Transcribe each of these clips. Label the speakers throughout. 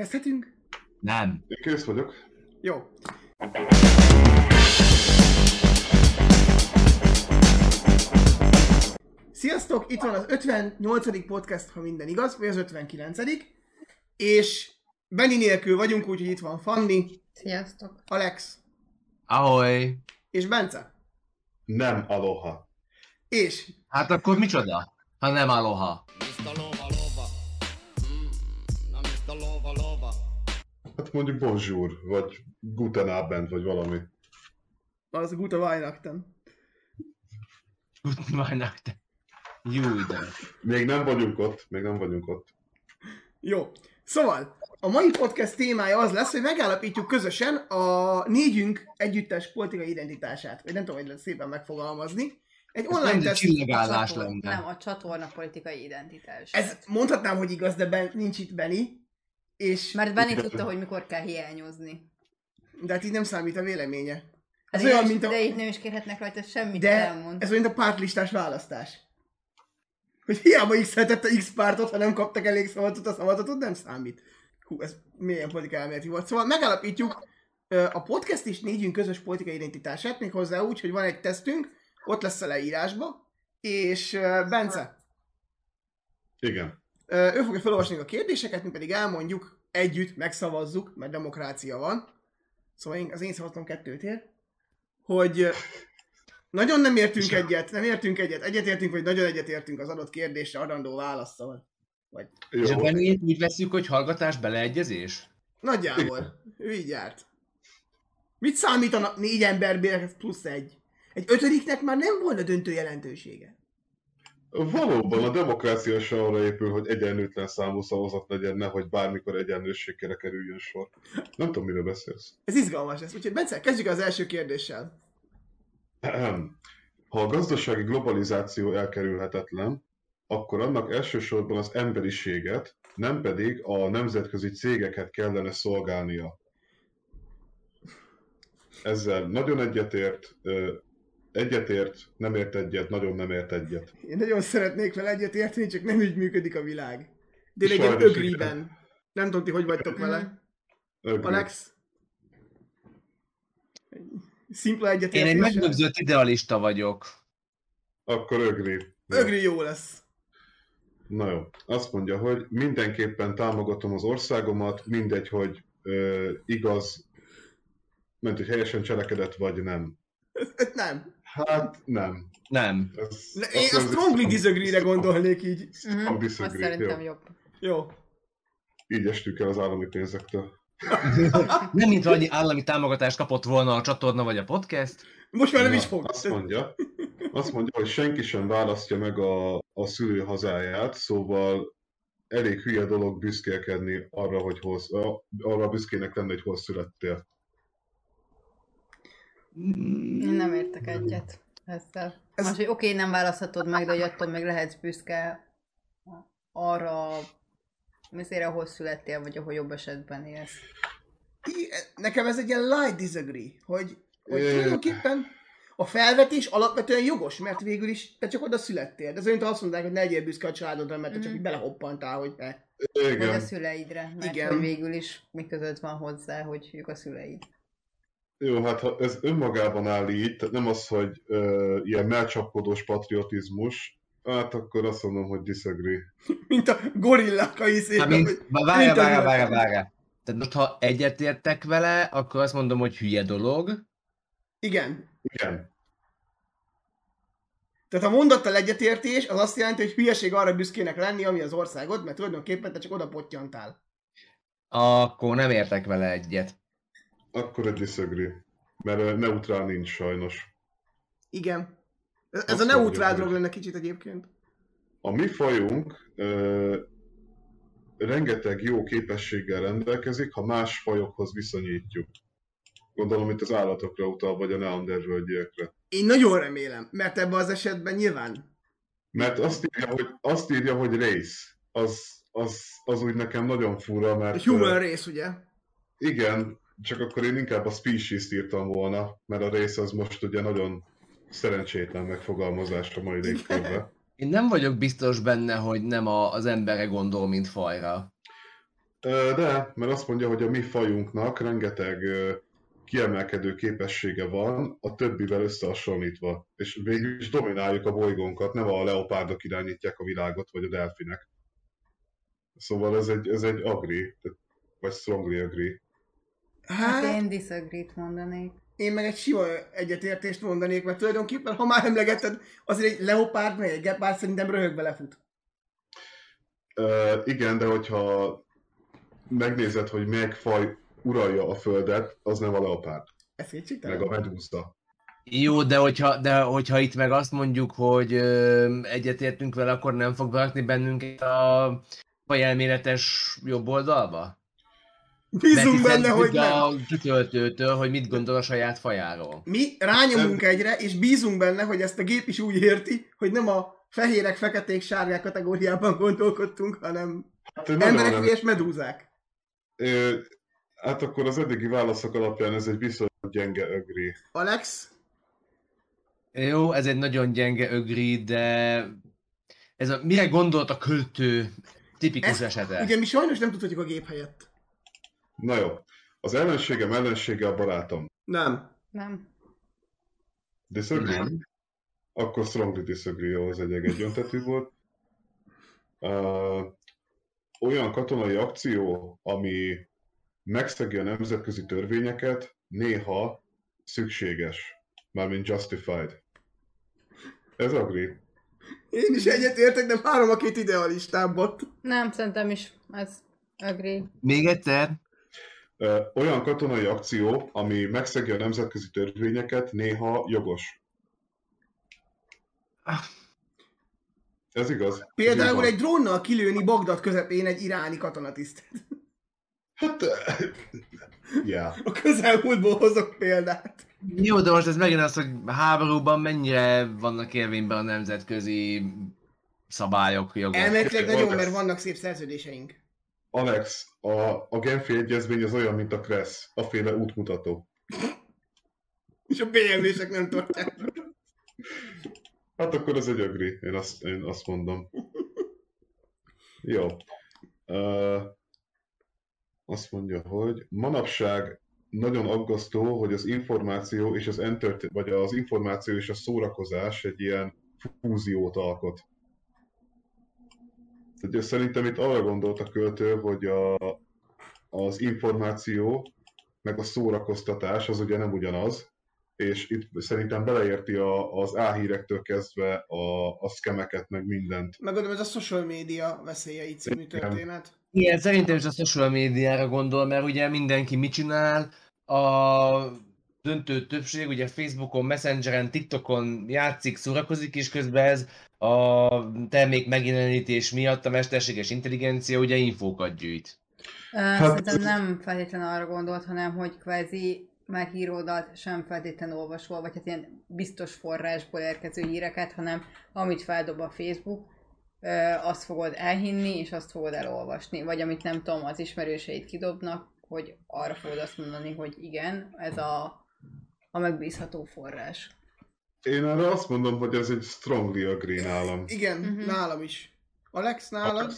Speaker 1: Kezdhetünk?
Speaker 2: Nem.
Speaker 3: Én kész vagyok.
Speaker 1: Jó. Sziasztok! Itt van az 58. podcast, ha minden igaz, vagy az 59. És Benni nélkül vagyunk, úgyhogy itt van Fanni,
Speaker 4: Sziasztok!
Speaker 1: Alex
Speaker 2: Ahoj.
Speaker 1: és Bence.
Speaker 3: Nem aloha.
Speaker 1: És
Speaker 2: Hát akkor micsoda? Ha nem aloha.
Speaker 5: Mr. Lova Lova. Mm, na Mr. Lova Lova.
Speaker 3: Hát mondjuk bonjour, vagy guten abend, vagy valami.
Speaker 1: az Guta Vajnakten.
Speaker 2: Tudni vannak te. Jó de.
Speaker 3: Még nem vagyunk ott, még nem vagyunk ott.
Speaker 1: Jó. Szóval, a mai podcast témája az lesz, hogy megállapítjuk közösen a négyünk együttes politikai identitását. Vagy nem tudom, hogy lehet szépen megfogalmazni. Egy online
Speaker 2: Nem, de
Speaker 1: teszt...
Speaker 2: csillagállás
Speaker 4: Csatorna- Nem,
Speaker 2: lenne.
Speaker 4: a csatorna politikai identitás.
Speaker 1: Ez mondhatnám, hogy igaz, de ben, nincs itt Benny. És...
Speaker 4: Mert Benni tudta, hogy mikor kell hiányozni.
Speaker 1: De hát így nem számít a véleménye.
Speaker 4: Ez
Speaker 1: Ez
Speaker 4: de, olyan,
Speaker 1: olyan,
Speaker 4: is,
Speaker 1: mint a,
Speaker 4: de így nem is kérhetnek rajta semmit, de
Speaker 1: de
Speaker 4: elmond.
Speaker 1: ez olyan, mint a pártlistás választás. Hogy hiába x tette X pártot, ha nem kaptak elég szavazatot, a szavazatot nem számít. Hú, ez milyen politikai elméleti volt. Szóval megállapítjuk ö, a podcast is négyünk közös politikai identitását, méghozzá úgy, hogy van egy tesztünk, ott lesz a leírásba, és ö, Bence,
Speaker 3: Igen.
Speaker 1: ö, ő fogja felolvasni a kérdéseket, mi pedig elmondjuk, együtt megszavazzuk, mert demokrácia van. Szóval én, az én szavazatom kettőt ér. Hogy ö, nagyon nem értünk egyet, nem értünk egyet, egyetértünk, vagy nagyon egyetértünk az adott kérdésre adandó válaszsal.
Speaker 3: Jó.
Speaker 2: És a Benét úgy veszük, hogy hallgatás beleegyezés?
Speaker 1: Nagyjából. Ő így járt. Mit számítana négy ember bérhez plusz egy? Egy ötödiknek már nem volna döntő jelentősége.
Speaker 3: Valóban a demokrácia se arra épül, hogy egyenlőtlen számú szavazat legyen, nehogy bármikor egyenlőségkére kerüljön sor. Nem tudom, miről beszélsz.
Speaker 1: Ez izgalmas lesz. Úgyhogy Bence, kezdjük az első kérdéssel.
Speaker 3: Ahem. Ha a gazdasági globalizáció elkerülhetetlen, akkor annak elsősorban az emberiséget, nem pedig a nemzetközi cégeket kellene szolgálnia. Ezzel nagyon egyetért, ö, egyetért, nem ért egyet, nagyon nem ért egyet.
Speaker 1: Én nagyon szeretnék vele egyet érteni, csak nem így működik a világ. De egy ilyen
Speaker 3: Sajnos
Speaker 1: ögriben. Nem tudom, ti hogy vagytok vele.
Speaker 3: Ögrő.
Speaker 1: Alex? Szimpla
Speaker 2: Én egy
Speaker 1: egyetértéssel.
Speaker 2: megnöbzött idealista vagyok.
Speaker 3: Akkor ögri.
Speaker 1: Ögri jó lesz.
Speaker 3: Na jó, azt mondja, hogy mindenképpen támogatom az országomat, mindegy, hogy ö, igaz, ment, hogy helyesen cselekedett, vagy nem.
Speaker 1: Ez nem.
Speaker 3: Hát nem.
Speaker 2: Nem.
Speaker 3: Ez,
Speaker 1: Ne, Én a strongly disagree-re gondolnék így.
Speaker 4: Mhm,
Speaker 3: Uh-huh.
Speaker 4: Azt
Speaker 3: Disagree,
Speaker 4: szerintem
Speaker 3: jó.
Speaker 4: jobb.
Speaker 1: Jó.
Speaker 3: Így estünk el az állami pénzektől.
Speaker 2: Nem, mint annyi állami támogatást kapott volna a csatorna vagy a podcast.
Speaker 1: Most már nem
Speaker 3: Na,
Speaker 1: is fog.
Speaker 3: Azt mondja, azt mondja, hogy senki sem választja meg a, a szülő hazáját, szóval elég hülye dolog büszkélkedni arra, hogy hol, arra büszkének lenni, hogy hol születtél.
Speaker 4: Én nem értek egyet ezzel.
Speaker 1: Ez-
Speaker 4: Ez... Most, hogy oké, nem választhatod meg, de hogy attól még lehetsz büszke arra, mizére, ahol születtél, vagy ahol jobb esetben élsz.
Speaker 1: I- nekem ez egy ilyen light disagree, hogy, hogy
Speaker 3: Ö.
Speaker 1: tulajdonképpen a felvetés alapvetően jogos, mert végül is te csak oda születtél. De az olyan, mint ha azt mondták, hogy ne legyél büszke a családodra, mert te csak
Speaker 4: Mhm.
Speaker 1: így belehoppantál, hogy ne.
Speaker 4: Vagy a
Speaker 3: Igen,
Speaker 4: szüleidre, mert
Speaker 1: Igen.
Speaker 4: Igen. Hogy végül is mi között van hozzá, hogy ők a szüleid.
Speaker 3: jó, hát ha ez önmagában áll így, tehát nem az, hogy ö, ilyen melcsapkodós patriotizmus, hát akkor azt mondom, hogy disagree.
Speaker 1: Mint a gorillák a
Speaker 2: Hát,
Speaker 1: izében, hogy
Speaker 2: mint- Várjál,
Speaker 1: mint a
Speaker 2: várjál,
Speaker 1: világ.
Speaker 2: várjál, várjál. Tehát most, ha egyetértek vele, akkor azt mondom, hogy hülye dolog.
Speaker 1: igen.
Speaker 3: Igen,
Speaker 1: Tehát a mondattal egyetértés az azt jelenti, hogy hülyeség arra büszkének lenni, ami az országod, mert tulajdonképpen te csak oda pottyantál.
Speaker 2: Akkor nem értek vele egyet.
Speaker 3: akkor egy disagree. Mert ö, neutrál nincs sajnos.
Speaker 1: Igen. Ez, ez
Speaker 3: Azt
Speaker 1: a
Speaker 3: mondja,
Speaker 1: neutrál
Speaker 3: hogy-
Speaker 1: dolog lenne kicsit egyébként.
Speaker 3: A mi fajunk ö, rengeteg jó képességgel rendelkezik, ha más fajokhoz viszonyítjuk. Gondolom itt az állatokra utal, vagy a neandervölgyekre.
Speaker 1: Én nagyon remélem, mert ebben az esetben nyilván
Speaker 3: Mert azt írja, hogy, azt írja, hogy race. Az, az, az úgy nekem nagyon fura, mert...
Speaker 1: a human
Speaker 3: Hát, ö,
Speaker 1: race, ugye?
Speaker 3: Igen, csak akkor én inkább a species-t írtam volna, mert a race az most ugye nagyon szerencsétlen megfogalmazás a mai légkörben.
Speaker 2: Én nem vagyok biztos benne, hogy nem a, az emberre gondol, mint fajra.
Speaker 3: Ö, De, mert azt mondja, hogy a mi fajunknak rengeteg ö, kiemelkedő képessége van a többivel összehasonlítva. És végül is domináljuk a bolygónkat, nem a leopárdok irányítják a világot, vagy a delfinek. Szóval ez egy, ez egy agri, tehát- vagy strongly agri.
Speaker 4: Hát
Speaker 1: Hát,
Speaker 4: én disagree mondanék.
Speaker 1: én meg egy sima egyetértést mondanék, mert tulajdonképpen, ha már emlegeted, azért egy leopárd, meg egy gepárd szerintem röhögbe lefut.
Speaker 3: Uh, igen, de hogyha megnézed, hogy melyik faj uralja a földet, az nem a leopárd,
Speaker 1: Ez kétségtelen.
Speaker 3: meg a medúza.
Speaker 2: Jó, de hogyha, de hogyha itt meg azt mondjuk, hogy ö, egyetértünk vele, akkor nem fog berakni bennünket a fajelméletes jobb oldalba?
Speaker 1: Bízunk
Speaker 2: Mert
Speaker 1: benne,
Speaker 2: hiszen
Speaker 1: hogy
Speaker 2: függ
Speaker 1: nem.
Speaker 2: a kitöltőtől, hogy mit gondol a saját fajáról.
Speaker 1: Mi rányomunk egyre, és bízunk benne, hogy ezt a gép is úgy érti, hogy nem a fehérek, feketék, sárgák kategóriában gondolkodtunk, hanem
Speaker 3: Hát, nagyon
Speaker 1: emberek
Speaker 3: nem-
Speaker 1: és medúzák.
Speaker 3: Ö, hát akkor az eddigi válaszok alapján ez egy viszonylag gyenge ögré.
Speaker 1: Alex,
Speaker 2: Jó, ez egy nagyon gyenge ögri, de ez a, mire gondolt a költő tipikus
Speaker 1: Ezt-
Speaker 2: esete?
Speaker 1: ugye mi sajnos nem tudhatjuk a gép helyett.
Speaker 3: Na jó. Az ellenségem ellensége a barátom.
Speaker 1: Nem.
Speaker 4: Nem.
Speaker 3: Disagree?
Speaker 2: Nem.
Speaker 3: Akkor strongly disagree, jó, ez egy egyöntetű volt. Uh, olyan katonai akció, ami megszegi a nemzetközi törvényeket, néha szükséges. Mármint justified. Ez agri.
Speaker 1: Én is egyet értek, de várom a két idealistábbat.
Speaker 4: Nem, szerintem is ez agree.
Speaker 2: Még egyszer?
Speaker 3: Ö, Olyan katonai akció, ami megszegi a nemzetközi törvényeket, néha jogos. Ez igaz.
Speaker 1: Például
Speaker 3: Ez így
Speaker 1: egy drónnal kilőni Bagdad közepén egy iráni katonatiszt.
Speaker 3: van. Hát, yeah.
Speaker 1: A közelmúltból hozok példát.
Speaker 2: Jó, de most ez megint az, hogy háborúban mennyire vannak érvényben a nemzetközi szabályok, jogok.
Speaker 1: Elméletileg nagyon,
Speaker 3: Volt ez.
Speaker 1: mert vannak szép szerződéseink.
Speaker 3: Alex, a, a Genfi Egyezmény az olyan, mint a Kressz, a féle útmutató.
Speaker 1: És a BMW-sek nem tartják.
Speaker 3: Hát akkor ez egy ögri, én azt, én azt mondom. Jó. Uh, azt mondja, hogy manapság nagyon aggasztó, hogy az információ és az entert- vagy az információ és a szórakozás egy ilyen fúziót alkot. Tehát szerintem itt arra gondolt a költő, hogy a, az információ meg a szórakoztatás az ugye nem ugyanaz, és itt szerintem beleérti a, az áhírektől kezdve a, a szkemeket, meg mindent.
Speaker 1: Megmondom, ez a social media veszélyei című
Speaker 3: Igen.
Speaker 1: történet.
Speaker 2: Igen, szerintem is a social médiára gondol, mert ugye mindenki mit csinál, a döntő többség ugye Facebookon, Messengeren, TikTokon játszik, szórakozik, és közben ez a termék megjelenítés miatt a mesterséges intelligencia ugye infókat gyűjt.
Speaker 4: Hát, szerintem nem feltétlenül arra gondolt, hanem hogy kvázi már híroldalt sem feltétlenül olvasol, vagy hát ilyen biztos forrásból érkező híreket, hanem amit feldob a Facebook, ö, azt fogod elhinni, és azt fogod elolvasni. Vagy amit nem tudom, az ismerőseid kidobnak, hogy arra fogod azt mondani, hogy igen, ez a, a megbízható forrás.
Speaker 3: Én erre azt mondom, hogy ez egy strongly agree nálam.
Speaker 1: Igen,
Speaker 4: Mhm.
Speaker 1: nálam is. Alex, nálad?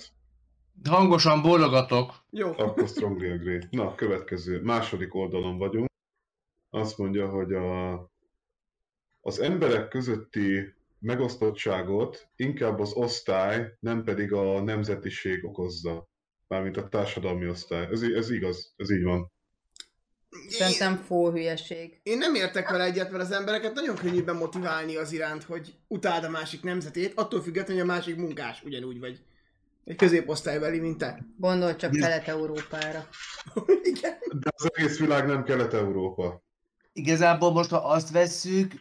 Speaker 2: Hangosan bólogatok.
Speaker 1: Jó.
Speaker 3: Akkor strongly agree. Na, következő. Második oldalon vagyunk. Azt mondja, hogy a, az emberek közötti megosztottságot inkább az osztály, nem pedig a nemzetiség okozza. Mármint a társadalmi osztály. Ez, í- ez igaz, ez így van.
Speaker 1: Én,
Speaker 4: Szerintem fó hülyeség.
Speaker 1: én nem értek vele egyet, mert az embereket nagyon könnyű bemotiválni az iránt, hogy utáld a másik nemzetét, attól függetlenül, hogy a másik munkás ugyanúgy vagy. Egy középosztálybeli, mint te.
Speaker 4: Gondolj csak Kelet-Európára.
Speaker 1: Igen.
Speaker 3: De az egész világ nem Kelet-Európa.
Speaker 2: Igazából most, ha azt vesszük,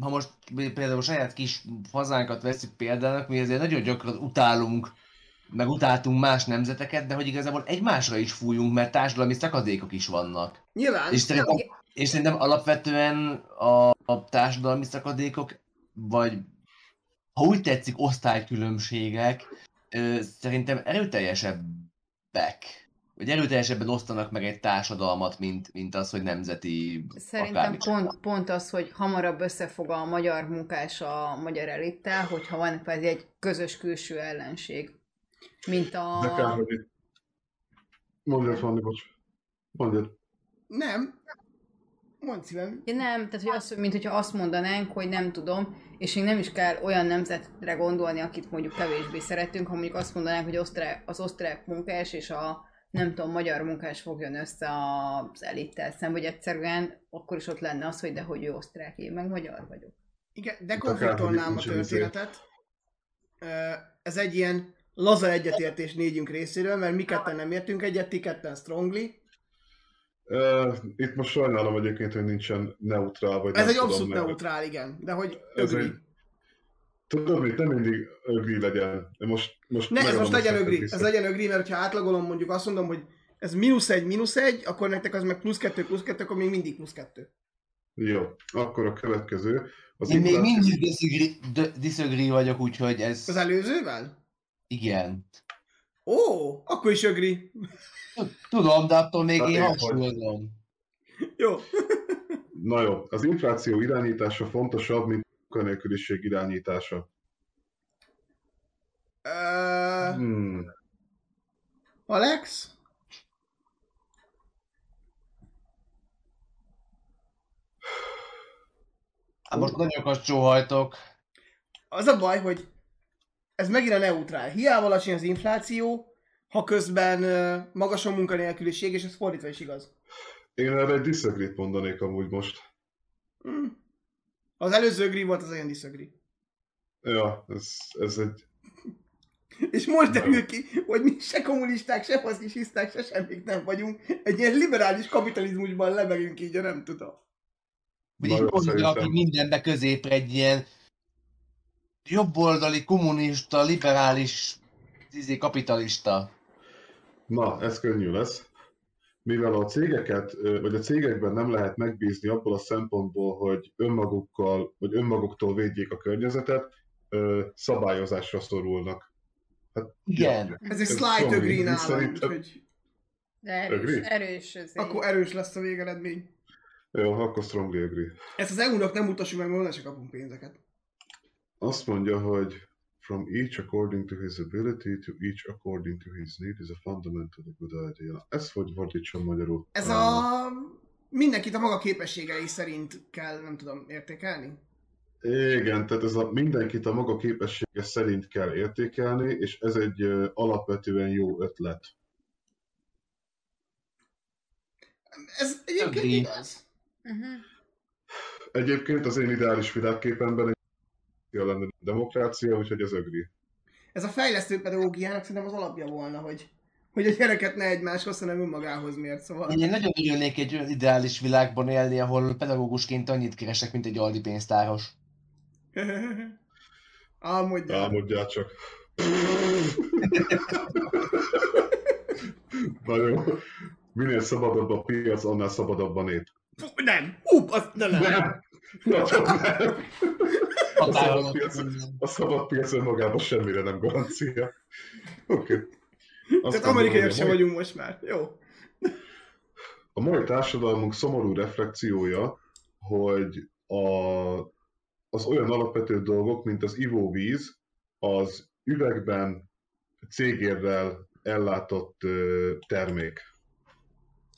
Speaker 2: ha most például a saját kis hazánkat veszük példának, mi azért nagyon gyakran utálunk, meg utáltunk más nemzeteket, de hogy igazából egymásra is fújunk, mert társadalmi szakadékok is vannak.
Speaker 1: Nyilván.
Speaker 2: És szerintem, és szerintem alapvetően a, a társadalmi szakadékok, vagy ha úgy tetszik, osztálykülönbségek, ö, szerintem erőteljesebbek, vagy erőteljesebben osztanak meg egy társadalmat, mint, mint az, hogy nemzeti
Speaker 4: Szerintem
Speaker 2: akármicsoda.
Speaker 4: pont, pont az, hogy hamarabb összefog a magyar munkás a magyar elittel, hogyha van pedig egy közös külső ellenség. Mint a...
Speaker 3: De kár, hogy itt Mondjad, Fanni, bocs. Mondjad.
Speaker 1: Nem. Mondd szívem.
Speaker 4: Ja, nem, tehát hogy azt, mint hogyha azt mondanánk, hogy nem tudom, és még nem is kell olyan nemzetre gondolni, akit mondjuk kevésbé szeretünk, ha mondjuk azt mondanánk, hogy osztrák, az osztrák munkás és a nem tudom, magyar munkás fogjon össze az elittel szemben, hogy egyszerűen akkor is ott lenne az, hogy de hogy ő osztrák, én meg magyar vagyok.
Speaker 1: Igen, de
Speaker 3: Itt akár,
Speaker 1: konfliktolnám
Speaker 3: hogy
Speaker 1: a
Speaker 3: nincs izé. elég.
Speaker 1: történetet. Ö, Ez egy ilyen laza egyetértés négyünk részéről, mert mi ketten nem értünk egyet, ti ketten strongly.
Speaker 3: Ö, Itt most sajnálom egyébként, hogy nincsen neutrál, vagy
Speaker 1: Ez
Speaker 3: nem
Speaker 1: egy
Speaker 3: tudom,
Speaker 1: abszolút
Speaker 3: mert-
Speaker 1: neutrál, igen, de hogy
Speaker 3: Ez
Speaker 1: ögri.
Speaker 3: egy... Tudod mit, nem mindig ögri legyen. Most, most
Speaker 1: Ne, ez
Speaker 3: megadom
Speaker 1: most
Speaker 3: a
Speaker 1: legyen
Speaker 3: szettet
Speaker 1: ögri,
Speaker 3: vissza.
Speaker 1: ez legyen ögri, mert ha átlagolom mondjuk azt mondom, hogy ez mínusz egy, mínusz egy, akkor nektek az meg plusz kettő, plusz kettő, akkor még mindig plusz kettő.
Speaker 3: Jó, akkor a következő. Az
Speaker 2: Én még
Speaker 3: infláció-
Speaker 2: mindig disagree- d- disagree vagyok, úgyhogy ez
Speaker 1: Az előzővel?
Speaker 2: igen.
Speaker 1: Ó, akkor is ögri.
Speaker 2: Tudom, de attól még
Speaker 3: Hát
Speaker 2: én
Speaker 3: én
Speaker 2: hasonlom.
Speaker 1: Jó.
Speaker 3: Na jó, az infláció irányítása fontosabb, mint a munkanélküliség irányítása.
Speaker 1: Ö,
Speaker 3: Hmm.
Speaker 1: Alex?
Speaker 2: Hát most nagyokat sóhajtok.
Speaker 1: Az a baj, hogy ez megint a neutrál. Hiába alacsony az infláció, ha közben ö, magas a munkanélküliség, és ez fordítva is igaz.
Speaker 3: Én erre egy disagree mondanék amúgy most.
Speaker 1: Hm. Az előző ögri volt, az olyan diszögri.
Speaker 3: Ja, ez, ez egy...
Speaker 1: És most derül ki, hogy mi se kommunisták, se faszkisiszták, se semmik nem vagyunk. Egy ilyen liberális kapitalizmusban lebegünk így, a nem tudom.
Speaker 2: Vagyis
Speaker 3: Nagyon
Speaker 2: mondja, aki
Speaker 3: szerintem.
Speaker 2: mindenbe középre egy ilyen jobboldali, kommunista, liberális, izé, kapitalista.
Speaker 3: Na, ez könnyű lesz. Mivel a cégeket, ö, vagy a cégekben nem lehet megbízni abból a szempontból, hogy önmagukkal, vagy önmaguktól védjék a környezetet, ö, szabályozásra szorulnak. Hát,
Speaker 2: Igen.
Speaker 1: Ez egy
Speaker 3: Ez
Speaker 1: slide
Speaker 3: komoly.
Speaker 1: ögri nálam,
Speaker 3: Szerintem-
Speaker 1: úgyhogy
Speaker 4: De erős,
Speaker 3: Agree?
Speaker 4: erős azért.
Speaker 1: akkor erős lesz a végeredmény.
Speaker 3: Jó, akkor strongly agree.
Speaker 1: Ezt az EU-nak nem mutassuk meg, mert onnan se kapunk pénzeket.
Speaker 3: Azt mondja, hogy from each according to his ability, to each according to his need is a fundamentally good idea. Ez hogy fordítsam magyarul?
Speaker 1: Ez a... Mindenkit a maga képességei szerint kell, nem tudom, értékelni?
Speaker 3: Igen, tehát ez a mindenkit a maga képessége szerint kell értékelni, és ez egy ö, alapvetően jó ötlet.
Speaker 1: Ez egyébként
Speaker 2: Ögri.
Speaker 1: igaz.
Speaker 4: Uh-huh.
Speaker 3: Egyébként az én ideális világképemben egy demokrácia lenne demokrácia, úgyhogy ez ögri.
Speaker 1: Ez a fejlesztő pedagógiának szerintem az alapja volna, hogy, hogy a gyereket ne egymáshoz, hanem önmagához mért, szóval.
Speaker 2: Én nagyon örülnék egy olyan ideális világban élni, ahol pedagógusként annyit keresek, mint egy Aldi pénztáros.
Speaker 1: Álmodjál.
Speaker 3: Álmodjál csak. Na jó. Minél szabadabb a piac, annál szabadabb a nép.
Speaker 1: Fú, Nem. Hú, az, de nem.
Speaker 3: Nem! Na, csak nem.
Speaker 2: Határon ott
Speaker 3: Persze.
Speaker 2: minden.
Speaker 3: A szabad piac önmagában semmire nem garancia. Oké. Okay.
Speaker 1: Tehát amerikaiak sem vagyunk most már. Jó.
Speaker 3: A mai társadalmunk szomorú reflekciója, hogy a, az olyan alapvető dolgok, mint az ivóvíz, az üvegben cégérrel ellátott ö, termék.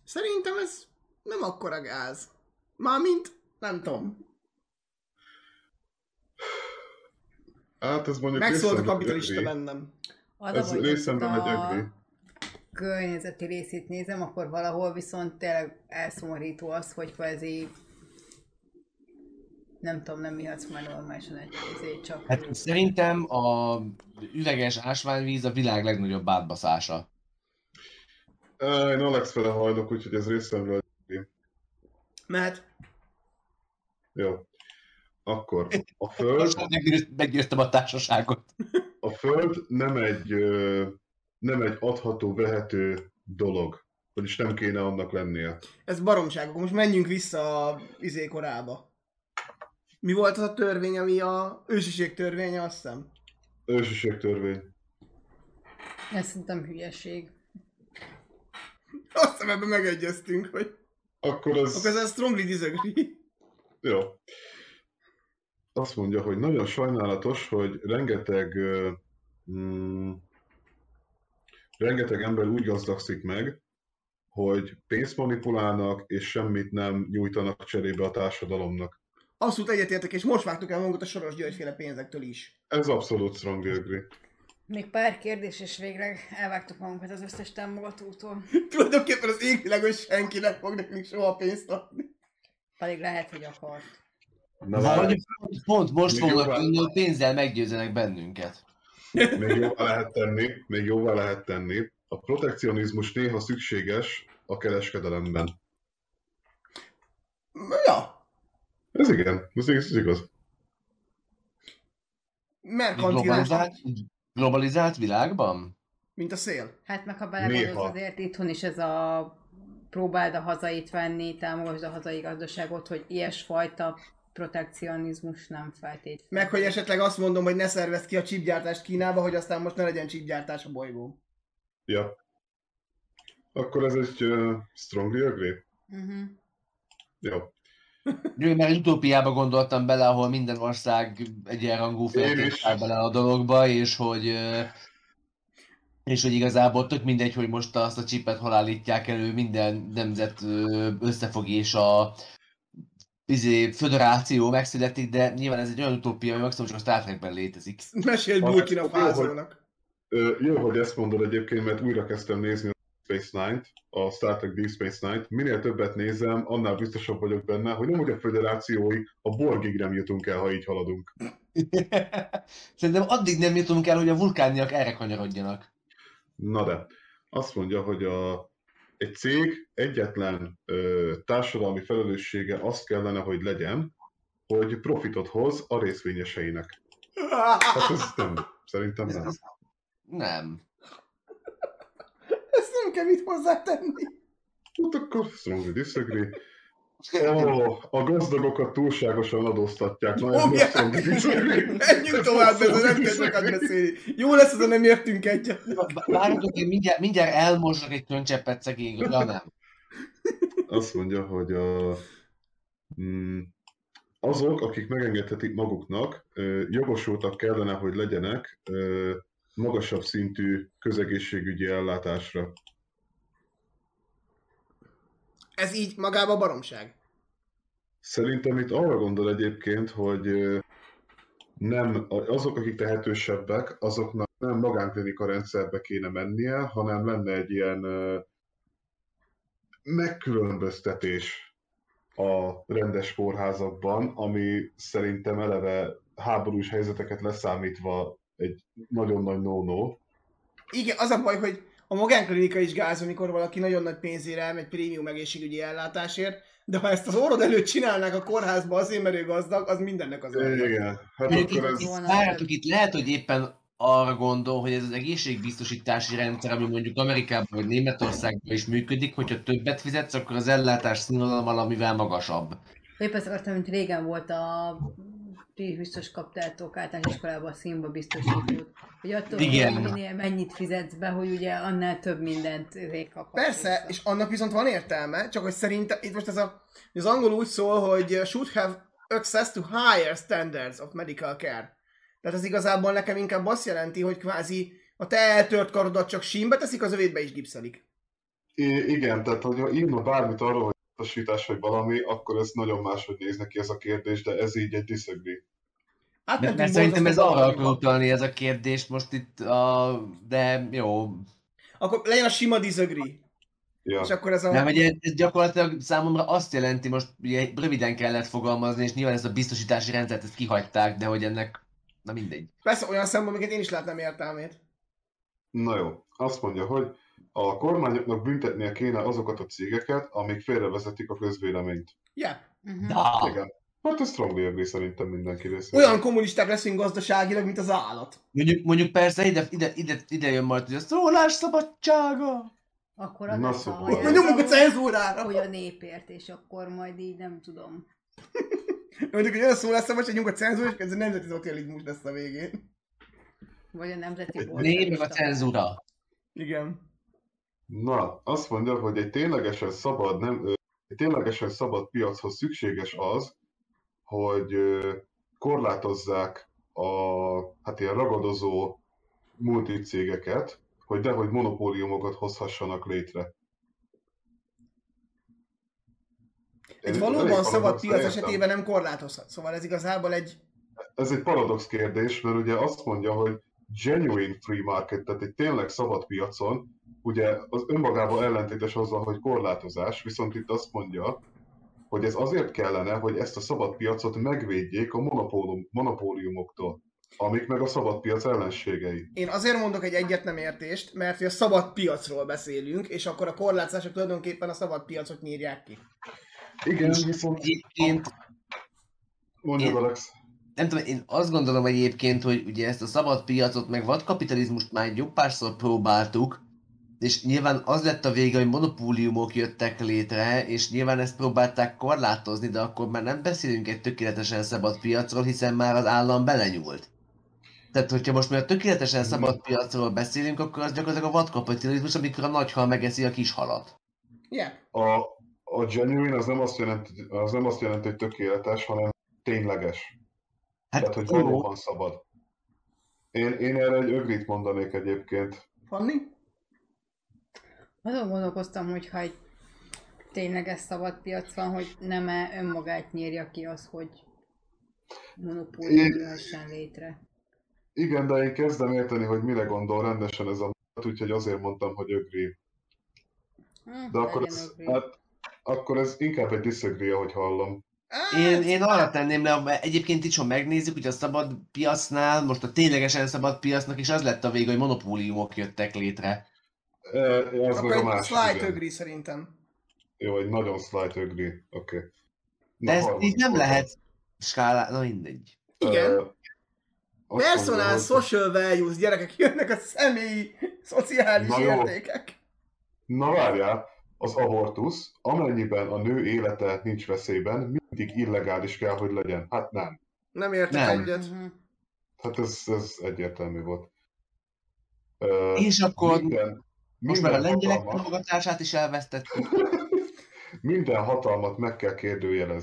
Speaker 1: Szerintem ez nem akkora gáz. Mármint, nem tudom.
Speaker 3: Hát ez mondjuk
Speaker 1: Megszólalt a
Speaker 3: részemben
Speaker 1: kapitalista
Speaker 3: övé.
Speaker 1: bennem.
Speaker 4: Az
Speaker 3: Ez
Speaker 4: a baj,
Speaker 3: részemben
Speaker 4: hogy
Speaker 3: egy övé.
Speaker 4: a környezeti részét nézem, akkor valahol viszont tényleg elszomorító az, hogy kvázi nem tudom, nem ihatsz már normálisan egy ezért csak.
Speaker 2: Hát szerintem a üveges ásványvíz a világ legnagyobb átbaszása.
Speaker 3: Ö, Én Alex fele hajlok, úgyhogy ez részemről egy övé.
Speaker 1: Mert
Speaker 3: Jó. Akkor a föld
Speaker 2: Most már meggyőz- meggyőztem a társaságot.
Speaker 3: a Föld nem egy, ö, nem egy adható, vehető dolog. Vagyis nem kéne annak lennie.
Speaker 1: ez baromság. Akkor most menjünk vissza a izé korába. Mi volt az a törvény, ami a ősiség törvénye, azt hiszem?
Speaker 3: Ősiség törvény.
Speaker 4: Ez szerintem hülyeség.
Speaker 1: Azt hiszem ebben megegyeztünk, hogy
Speaker 3: Akkor ez...
Speaker 1: akkor ez a strongly disagree.
Speaker 3: Jó. Azt mondja, hogy nagyon sajnálatos, hogy rengeteg ö, mm, rengeteg ember úgy gazdagszik meg, hogy pénzt manipulálnak, és semmit nem nyújtanak cserébe a társadalomnak.
Speaker 1: Abszolút egyetértek, és most vágtuk el magunkat a Soros Györgyféle pénzektől is.
Speaker 3: Ez abszolút strong agree.
Speaker 4: Még pár kérdés, és végre elvágtuk magunkat az összes támogatótól.
Speaker 1: Tulajdonképpen az égvilágon senki nem fog nekünk soha pénzt adni.
Speaker 4: Pedig lehet, hogy akart.
Speaker 3: Na,
Speaker 2: Valahogy pont most
Speaker 3: Még
Speaker 2: fognak
Speaker 3: jobbá-
Speaker 2: jönni, hogy pénzzel meggyőzenek bennünket.
Speaker 3: még jóvá lehet tenni, még jóvá lehet tenni. A protekcionizmus néha szükséges a kereskedelemben.
Speaker 1: Ja,
Speaker 3: Ez igen, ez, igaz, ez igaz.
Speaker 1: merkantilás,
Speaker 2: Globalizált, globalizált világban?
Speaker 1: mint a szél.
Speaker 4: Hát meg ha belegondolsz
Speaker 3: Néha.
Speaker 4: azért itthon is ez a próbáld a hazait venni, támogasd a hazai gazdaságot, hogy ilyesfajta protekcionizmus nem feltétlenül.
Speaker 1: Meg, hogy esetleg azt mondom, hogy ne szervez ki a csipgyártást Kínába, hogy aztán most ne legyen csipgyártás a bolygón.
Speaker 3: Ja. Akkor ez egy uh, strongly agree?
Speaker 4: Uh-huh.
Speaker 3: Ja.
Speaker 2: Jó, mert egy utópiába gondoltam bele, ahol minden ország egyenrangú
Speaker 3: is.
Speaker 2: feltétel bele a dologba, és hogy ö, és hogy igazából tök mindegy, hogy most azt a csipet hol állítják elő, minden nemzet ö, összefog és a izé, föderáció megszületik, de nyilván ez egy olyan utópia, ami maximum csak a Star Trekben létezik.
Speaker 1: Mesél
Speaker 3: Van
Speaker 1: Burkina
Speaker 3: egy- jó, hogy-
Speaker 1: Fázónak.
Speaker 3: Ö, Jó, hogy ezt mondod egyébként, mert újra kezdtem nézni a Deep Space Nine-t, a Star Trek Deep Space Nine-t. Minél többet nézem, annál biztosabb vagyok benne, hogy nem hogy a föderációig, a Borgig nem jutunk el, ha így haladunk.
Speaker 2: Szerintem addig nem jutunk el, hogy a vulkániak erre kanyarodjanak.
Speaker 3: Na de, azt mondja, hogy a, egy cég egyetlen ö, társadalmi felelőssége azt kellene, hogy legyen, hogy profitot hoz a részvényeseinek. Hát ez nem, szerintem
Speaker 2: Ez-
Speaker 3: nem.
Speaker 2: ez- Nem.
Speaker 1: Ezt nem kell mit hozzátenni.
Speaker 3: Hát akkor strongly disagree. Ó, a gazdagokat túlságosan adóztatják. Na, ez
Speaker 1: Ó,
Speaker 3: most strongly disagree.
Speaker 1: Menjünk tovább, ez nem kell sokat beszélni. Jó lesz, ha nem értünk egyet.
Speaker 2: Várjatok, én mindjárt, mindjárt elmosok egy könycseppet szegény, ja nem.
Speaker 3: Azt mondja, hogy a, mm, azok, akik megengedhetik maguknak, ö, jogosultak kellene, hogy legyenek ö, magasabb szintű közegészségügyi ellátásra.
Speaker 1: Ez így magába baromság.
Speaker 3: Szerintem itt arra gondol egyébként, hogy ö, nem azok, akik tehetősebbek, azoknak nem magánklinika rendszerbe kéne mennie, hanem lenne egy ilyen ö, megkülönböztetés a rendes kórházakban, ami szerintem eleve háborús helyzeteket leszámítva egy nagyon nagy no-no.
Speaker 1: Igen, az a baj, hogy a magánklinika is gáz, amikor valaki nagyon nagy pénzére elmegy prémium egészségügyi ellátásért, de ha ezt az orrod előtt csinálnák a kórházba azért, mert ő gazdag, az mindennek az orra.
Speaker 3: Igen, hát
Speaker 2: Mondjuk
Speaker 3: akkor ez...
Speaker 4: így volna.
Speaker 2: Várjatok, itt lehet, hogy éppen arra gondol, hogy ez az egészségbiztosítási rendszer, ami mondjuk Amerikában vagy Németországban is működik, hogyha többet fizetsz, akkor az ellátás színvonal valamivel magasabb.
Speaker 4: Épp ezt akartam, mint régen volt a ti biztos kaptátok általános iskolában a színba biztosítót. Hogy attól,
Speaker 2: Igen.
Speaker 4: hogy minél mennyit fizetsz be, hogy ugye annál több mindent ővé kaphatsz.
Speaker 1: Persze,
Speaker 4: vissza.
Speaker 1: és annak viszont van értelme, csak hogy szerintem, itt most ez a, az angol úgy szól, hogy uh, should have access to higher standards of medical care. Tehát ez igazából nekem inkább azt jelenti, hogy kvázi a te eltört karodat csak sínbe teszik, az övétbe is gipszelik.
Speaker 3: I- Igen, tehát hogyha írna bármit arról, hogy utasítás vagy valami, akkor ez nagyon máshogy néz neki ez a kérdés, de ez így egy disagree.
Speaker 1: Hát
Speaker 2: Mert, mert
Speaker 1: tudjuk
Speaker 2: szerintem ez
Speaker 1: borzasztani
Speaker 2: arra
Speaker 1: valamival.
Speaker 2: akar utalni ez a kérdés most itt, a... de jó.
Speaker 1: Akkor legyen a sima disagree.
Speaker 3: Ja.
Speaker 1: És akkor ez a...
Speaker 2: Nem, ugye ez gyakorlatilag számomra azt jelenti, most ugye röviden kellett fogalmazni, és nyilván ezt a biztosítási rendszert ezt kihagyták, de hogy ennek, na mindegy.
Speaker 1: Persze olyan szemben, amiket én is látnám értelmét.
Speaker 3: Na jó, azt mondja, hogy a kormányoknak büntetnie kéne azokat a cégeket, amik félrevezetik a közvéleményt.
Speaker 1: Yeah.
Speaker 4: Mhm.
Speaker 2: Da.
Speaker 3: Igen. Hát ez strongly agree szerintem mindenki részéről.
Speaker 1: Olyan kommunisták leszünk gazdaságilag, mint az állat.
Speaker 2: Mondjuk, mondjuk persze ide, ide, ide, ide jön majd, hogy a szólás szabadsága.
Speaker 4: Akkor
Speaker 3: Na
Speaker 4: az
Speaker 3: szóval.
Speaker 1: Majd nyomunk a cenzúrára.
Speaker 4: hogy a népért, és akkor majd így nem tudom.
Speaker 1: Mondjuk, hogy olyan szó lesz, hogy nyomunk a cenzúra, és ez a nemzeti szocializmus lesz a végén.
Speaker 4: Vagy a nemzeti
Speaker 2: A Név meg a
Speaker 4: Bolsevista
Speaker 2: cenzúra.
Speaker 1: Igen.
Speaker 3: Na, azt mondja, hogy egy ténylegesen szabad, nem, ö, egy ténylegesen szabad piachoz szükséges az, hogy ö, korlátozzák a hát ilyen ragadozó multicégeket, hogy dehogy monopóliumokat hozhassanak létre.
Speaker 1: Egy
Speaker 3: Ez
Speaker 1: valóban
Speaker 3: elég
Speaker 1: szabad
Speaker 3: paradox,
Speaker 1: piac
Speaker 3: de értem.
Speaker 1: esetében nem korlátozhat. Szóval ez igazából egy...
Speaker 3: Ez egy paradox kérdés, mert ugye azt mondja, hogy genuine free market, tehát egy tényleg szabad piacon, ugye az önmagában ellentétes azzal, hogy korlátozás, viszont itt azt mondja, hogy ez azért kellene, hogy ezt a szabad piacot megvédjék a monopólum, monopóliumoktól, amik meg a szabad piac ellenségei.
Speaker 1: Én azért mondok egy egyet nem értést, mert hogy a szabad piacról beszélünk, és akkor a korlátozások tulajdonképpen a szabad piacot nyírják ki.
Speaker 3: Igen, viszont
Speaker 2: Egyébként
Speaker 3: mondjuk Alex,
Speaker 2: nem tudom, én azt gondolom egyébként, hogy ugye ezt a szabad piacot, meg vadkapitalizmust már egy jó párszor próbáltuk, és nyilván az lett a vége, hogy monopóliumok jöttek létre, és nyilván ezt próbálták korlátozni, de akkor már nem beszélünk egy tökéletesen szabad piacról, hiszen már az állam belenyúlt. Tehát, hogyha most már a tökéletesen szabad piacról beszélünk, akkor az gyakorlatilag a vadkapitalizmus, amikor a nagyhal megeszi a kis halat.
Speaker 1: Yeah.
Speaker 3: a, a genuine az nem, azt jelenti, az nem azt jelenti, hogy tökéletes, hanem tényleges.
Speaker 2: Hát,
Speaker 3: Tehát, hogy valóban szabad. Én, én erre egy ögrit mondanék egyébként.
Speaker 1: Fanni?
Speaker 4: Azon gondolkoztam, hogy ha egy tényleges szabad piac van, hogy nem -e önmagát nyírja ki az, hogy monopólium
Speaker 3: Én-
Speaker 4: jöhessen létre.
Speaker 3: Igen, de én kezdem érteni, hogy mire gondol rendesen ez a mondat, úgyhogy azért mondtam, hogy ögri.
Speaker 4: Hm,
Speaker 3: De akkor
Speaker 4: legyen
Speaker 3: ez,
Speaker 4: ögré.
Speaker 3: hát, akkor ez inkább egy disagree, ahogy hallom.
Speaker 1: Hát,
Speaker 2: Én, én arra tenném le, mert egyébként is, ha megnézzük, hogy a szabad piacnál, most a ténylegesen szabad piacnak is az lett a vége, hogy monopóliumok jöttek létre.
Speaker 3: E, Ez
Speaker 1: akkor
Speaker 3: meg a
Speaker 1: egy
Speaker 3: másik.
Speaker 1: slight
Speaker 3: igen.
Speaker 1: agree szerintem.
Speaker 3: Jó, egy nagyon slight ögri. Oké. Okay.
Speaker 2: De ez így nem lehet skálá... Na mindegy.
Speaker 3: E,
Speaker 1: Igen. Personal social values, gyerekek, jönnek a személyi, szociális
Speaker 3: Na jó.
Speaker 1: értékek.
Speaker 3: Na várjál, az abortusz, amennyiben a nő élete nincs veszélyben, mindig illegális kell, hogy legyen. Hát nem.
Speaker 1: Nem értek
Speaker 2: Nem.
Speaker 1: egyet.
Speaker 4: Mhm.
Speaker 3: Hát ez, ez egyértelmű volt. Ö,
Speaker 2: És akkor
Speaker 3: minden,
Speaker 2: most már a
Speaker 3: minden
Speaker 2: lengyelek
Speaker 3: hatalmat,
Speaker 2: támogatását is elvesztettük.
Speaker 3: minden hatalmat meg kell kérdőjelezni.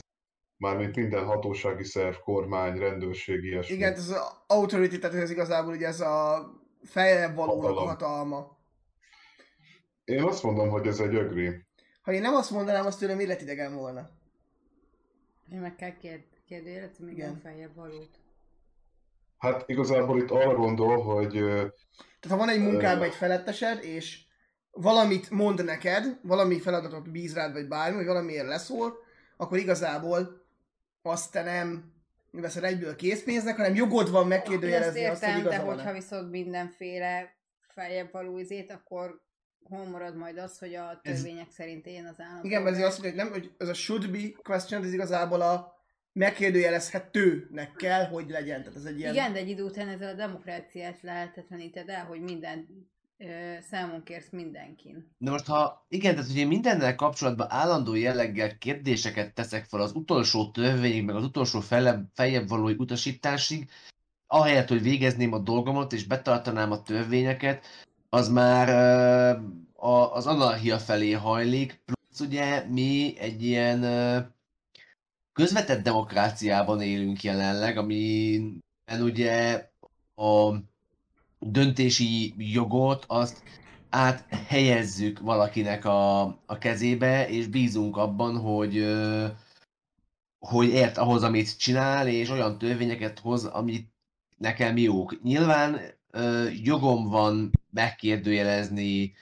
Speaker 3: Mármint minden hatósági szerv, kormány, rendőrség, ilyesmi.
Speaker 1: Igen, ez az authority, tehát ez igazából ugye ez a feljebb valónak a
Speaker 3: Hatalom.
Speaker 1: hatalma.
Speaker 3: Én azt mondom, hogy ez egy ögri.
Speaker 1: Ha én nem azt mondanám, azt tőlem illetidegen volna.
Speaker 4: Én meg kell kérd, kérdőjelezni, még
Speaker 1: Igen.
Speaker 4: nem feljebb valót.
Speaker 3: Hát igazából itt arra gondol, hogy ö,
Speaker 1: Tehát ha van egy munkában egy felettesed, és valamit mond neked, valami feladatot bíz rád, vagy bármi, vagy valamiért leszól, akkor igazából azt te nem veszed egyből készpénznek, hanem jogod van
Speaker 4: Én ezt
Speaker 1: megkérdőjelezni azt, hogy
Speaker 4: értem, de
Speaker 1: igaza
Speaker 4: hogyha
Speaker 1: van
Speaker 4: viszont mindenféle feljebb való izét, akkor hol marad majd az, hogy a
Speaker 2: Ez-
Speaker 4: törvények szerint én az állam.
Speaker 1: Igen, mert azért azt mondja, hogy nem, hogy ez a should be question, ez igazából a megkérdőjelezhetőnek kell, hogy legyen. Tehát ez egy ilyen...
Speaker 4: Igen, de egy idő után ezzel a demokráciát lehetetleníted el, hogy minden ö, számon kérsz mindenkin.
Speaker 2: De most ha, igen, tehát hogy én mindennel kapcsolatban állandó jelleggel kérdéseket teszek fel az utolsó törvényig, meg az utolsó fele, feljebb valói utasításig, ahelyett, hogy végezném a dolgomat és betartanám a törvényeket, az már ö, a, az anarchia felé hajlik, plusz ugye mi egy ilyen ö, közvetett demokráciában élünk jelenleg, amiben ugye a döntési jogot azt áthelyezzük valakinek a, a kezébe, és bízunk abban, hogy, ö, hogy ért ahhoz, amit csinál, és olyan törvényeket hoz, amit nekem jók. Nyilván ö, jogom van megkérdőjelezni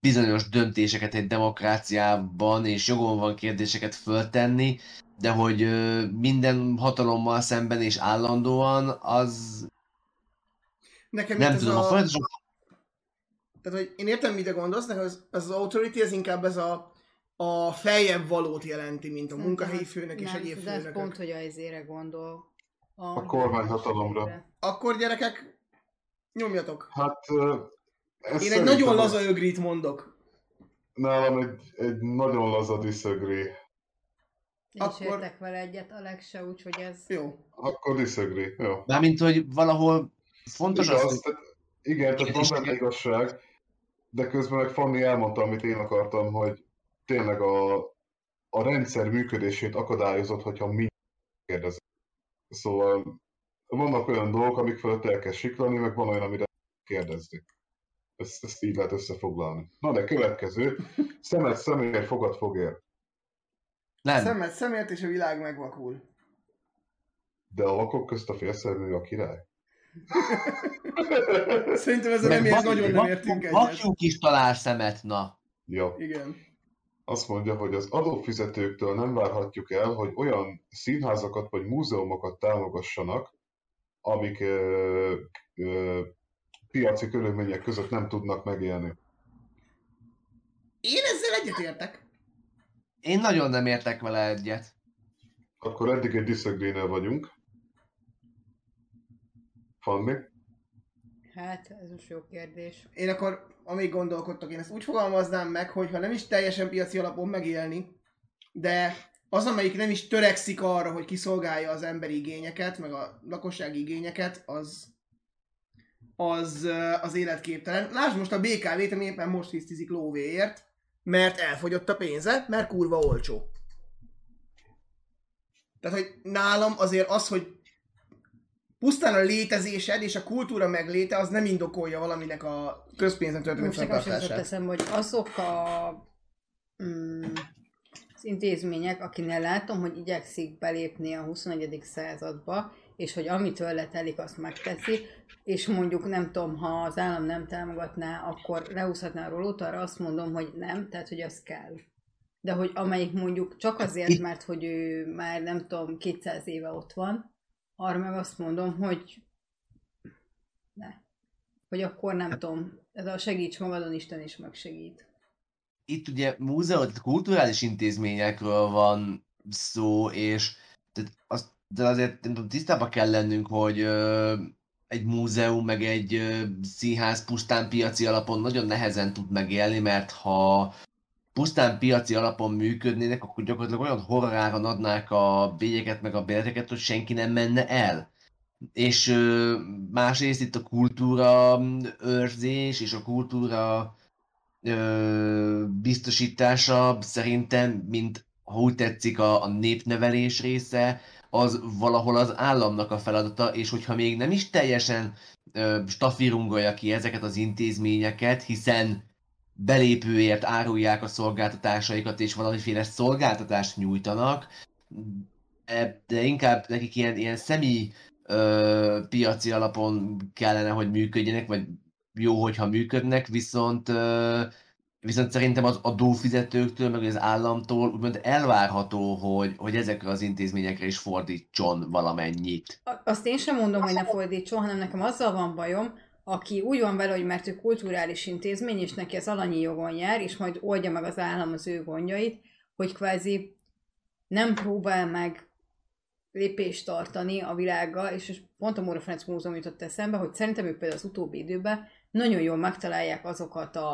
Speaker 2: bizonyos döntéseket egy demokráciában, és jogom van kérdéseket föltenni, de hogy ö, minden hatalommal szemben és állandóan, az
Speaker 1: Nekem
Speaker 2: nem
Speaker 1: itt ez
Speaker 2: tudom, a, a folyamatosan
Speaker 1: Tehát, hogy én értem, mire gondolsz, nekem az, az authority, ez inkább ez a, a feljebb valót jelenti, mint a munkahelyi főnök és
Speaker 4: nem,
Speaker 1: egyéb
Speaker 4: de ez
Speaker 1: főnökök.
Speaker 4: pont, hogy ezére gondol.
Speaker 3: A kormányhatalomra.
Speaker 1: Akkor gyerekek, nyomjatok.
Speaker 3: hát... Ö, ez
Speaker 1: Én egy
Speaker 3: szerintem
Speaker 1: nagyon laza ögrit mondok.
Speaker 3: Nálam egy, egy nagyon laza disagree.
Speaker 4: Én Akkor...
Speaker 1: Akkor-
Speaker 4: értek vele egyet, Alex se, úgyhogy ez...
Speaker 1: Jó.
Speaker 3: Akkor disagree, jó.
Speaker 2: Mármint, hogy valahol fontos az,
Speaker 3: Igaz,
Speaker 2: hogy
Speaker 3: tehát, igen, tehát van benne igazság, de közben meg Fanni elmondta, amit én akartam, hogy tényleg a, a rendszer működését akadályozott, hogyha mi kérdezünk. Szóval vannak olyan dolgok, amik fölött el kell siklani, meg van olyan, amire kérdezni. Ezt, ezt így lehet összefoglalni. Na de következő, szemet szemért, fogad fogért.
Speaker 2: Nem.
Speaker 1: Szemet szemért és a világ megvakul.
Speaker 3: De alakok közt a félszerű a király?
Speaker 1: Szerintem ezzel nem ért,
Speaker 2: vak-
Speaker 1: nagyon nem
Speaker 2: vak-
Speaker 1: értünk egyet.
Speaker 2: Vakjuk is talál szemet, na.
Speaker 3: Ja.
Speaker 1: Igen.
Speaker 3: Azt mondja, hogy az adófizetőktől nem várhatjuk el, hogy olyan színházakat vagy múzeumokat támogassanak, amik ö, ö, piaci körülmények között nem tudnak megélni.
Speaker 1: Én ezzel egyetértek.
Speaker 2: Én nagyon nem értek vele egyet.
Speaker 3: Akkor eddig egy disagree vagyunk. Fanni?
Speaker 4: Hát, ez most jó kérdés.
Speaker 1: Én akkor, amíg gondolkodtok, én ezt úgy fogalmaznám meg, hogy ha nem is teljesen piaci alapon megélni, de az, amelyik nem is törekszik arra, hogy kiszolgálja az emberi igényeket, meg a lakossági igényeket, az az, ö, az életképtelen. Lásd most a BKV-t, ami éppen most hisztizik lóvéért, mert elfogyott a pénze, mert kurva olcsó. Tehát, hogy nálam azért az, hogy pusztán a létezésed és a kultúra megléte, az nem indokolja valaminek a közpénzen történő
Speaker 4: Most nekem most jutott
Speaker 1: fenntartását.
Speaker 4: eszembe, hogy azok a mm, az intézmények, akinél látom, hogy igyekszik belépni a 21. századba, és hogy amitől letelik, azt megteszi, és mondjuk nem tudom, ha az állam nem támogatná, akkor leúszhatná rólót, arra azt mondom, hogy nem, tehát hogy az kell. De hogy amelyik mondjuk csak azért, mert hogy ő már nem tudom, 200 éve ott van, arra meg azt mondom, hogy ne. Hogy akkor nem tudom, ez a segíts magadon, Isten is megsegít.
Speaker 2: Itt ugye múzeum, tehát kulturális intézményekről van szó, és tehát az, de azért nem tudom, tisztába kell lennünk, hogy ö, egy múzeum meg egy ö, színház pusztán piaci alapon nagyon nehezen tud megélni, mert ha pusztán piaci alapon működnének, akkor gyakorlatilag olyan horroráron adnák a bélyeket meg a béleteket, hogy senki nem menne el. És ö, másrészt itt a kultúra őrzés és a kultúra ö, biztosítása szerintem, mint ha úgy tetszik a, a népnevelés része, az valahol az államnak a feladata, és hogyha még nem is teljesen ö, stafirungolja ki ezeket az intézményeket, hiszen belépőért árulják a szolgáltatásaikat, és valamiféle szolgáltatást nyújtanak, e- de inkább nekik ilyen, ilyen személy ö, piaci alapon kellene, hogy működjenek, vagy jó, hogyha működnek, viszont ö, viszont szerintem az adófizetőktől, meg az államtól úgymond elvárható, hogy, hogy ezekre az intézményekre is fordítson valamennyit.
Speaker 4: A- Azt én sem mondom, hogy ne fordítson, hanem nekem azzal van bajom, aki úgy van vele, hogy mert ő kulturális intézmény, és neki az alanyi jogon jár, és majd oldja meg az állam az ő gondjait, hogy kvázi nem próbál meg lépést tartani a világgal, és és pont a Móra Ferenc Múzeum jutott eszembe, hogy szerintem ők például az utóbbi időben nagyon jól megtalálják azokat a,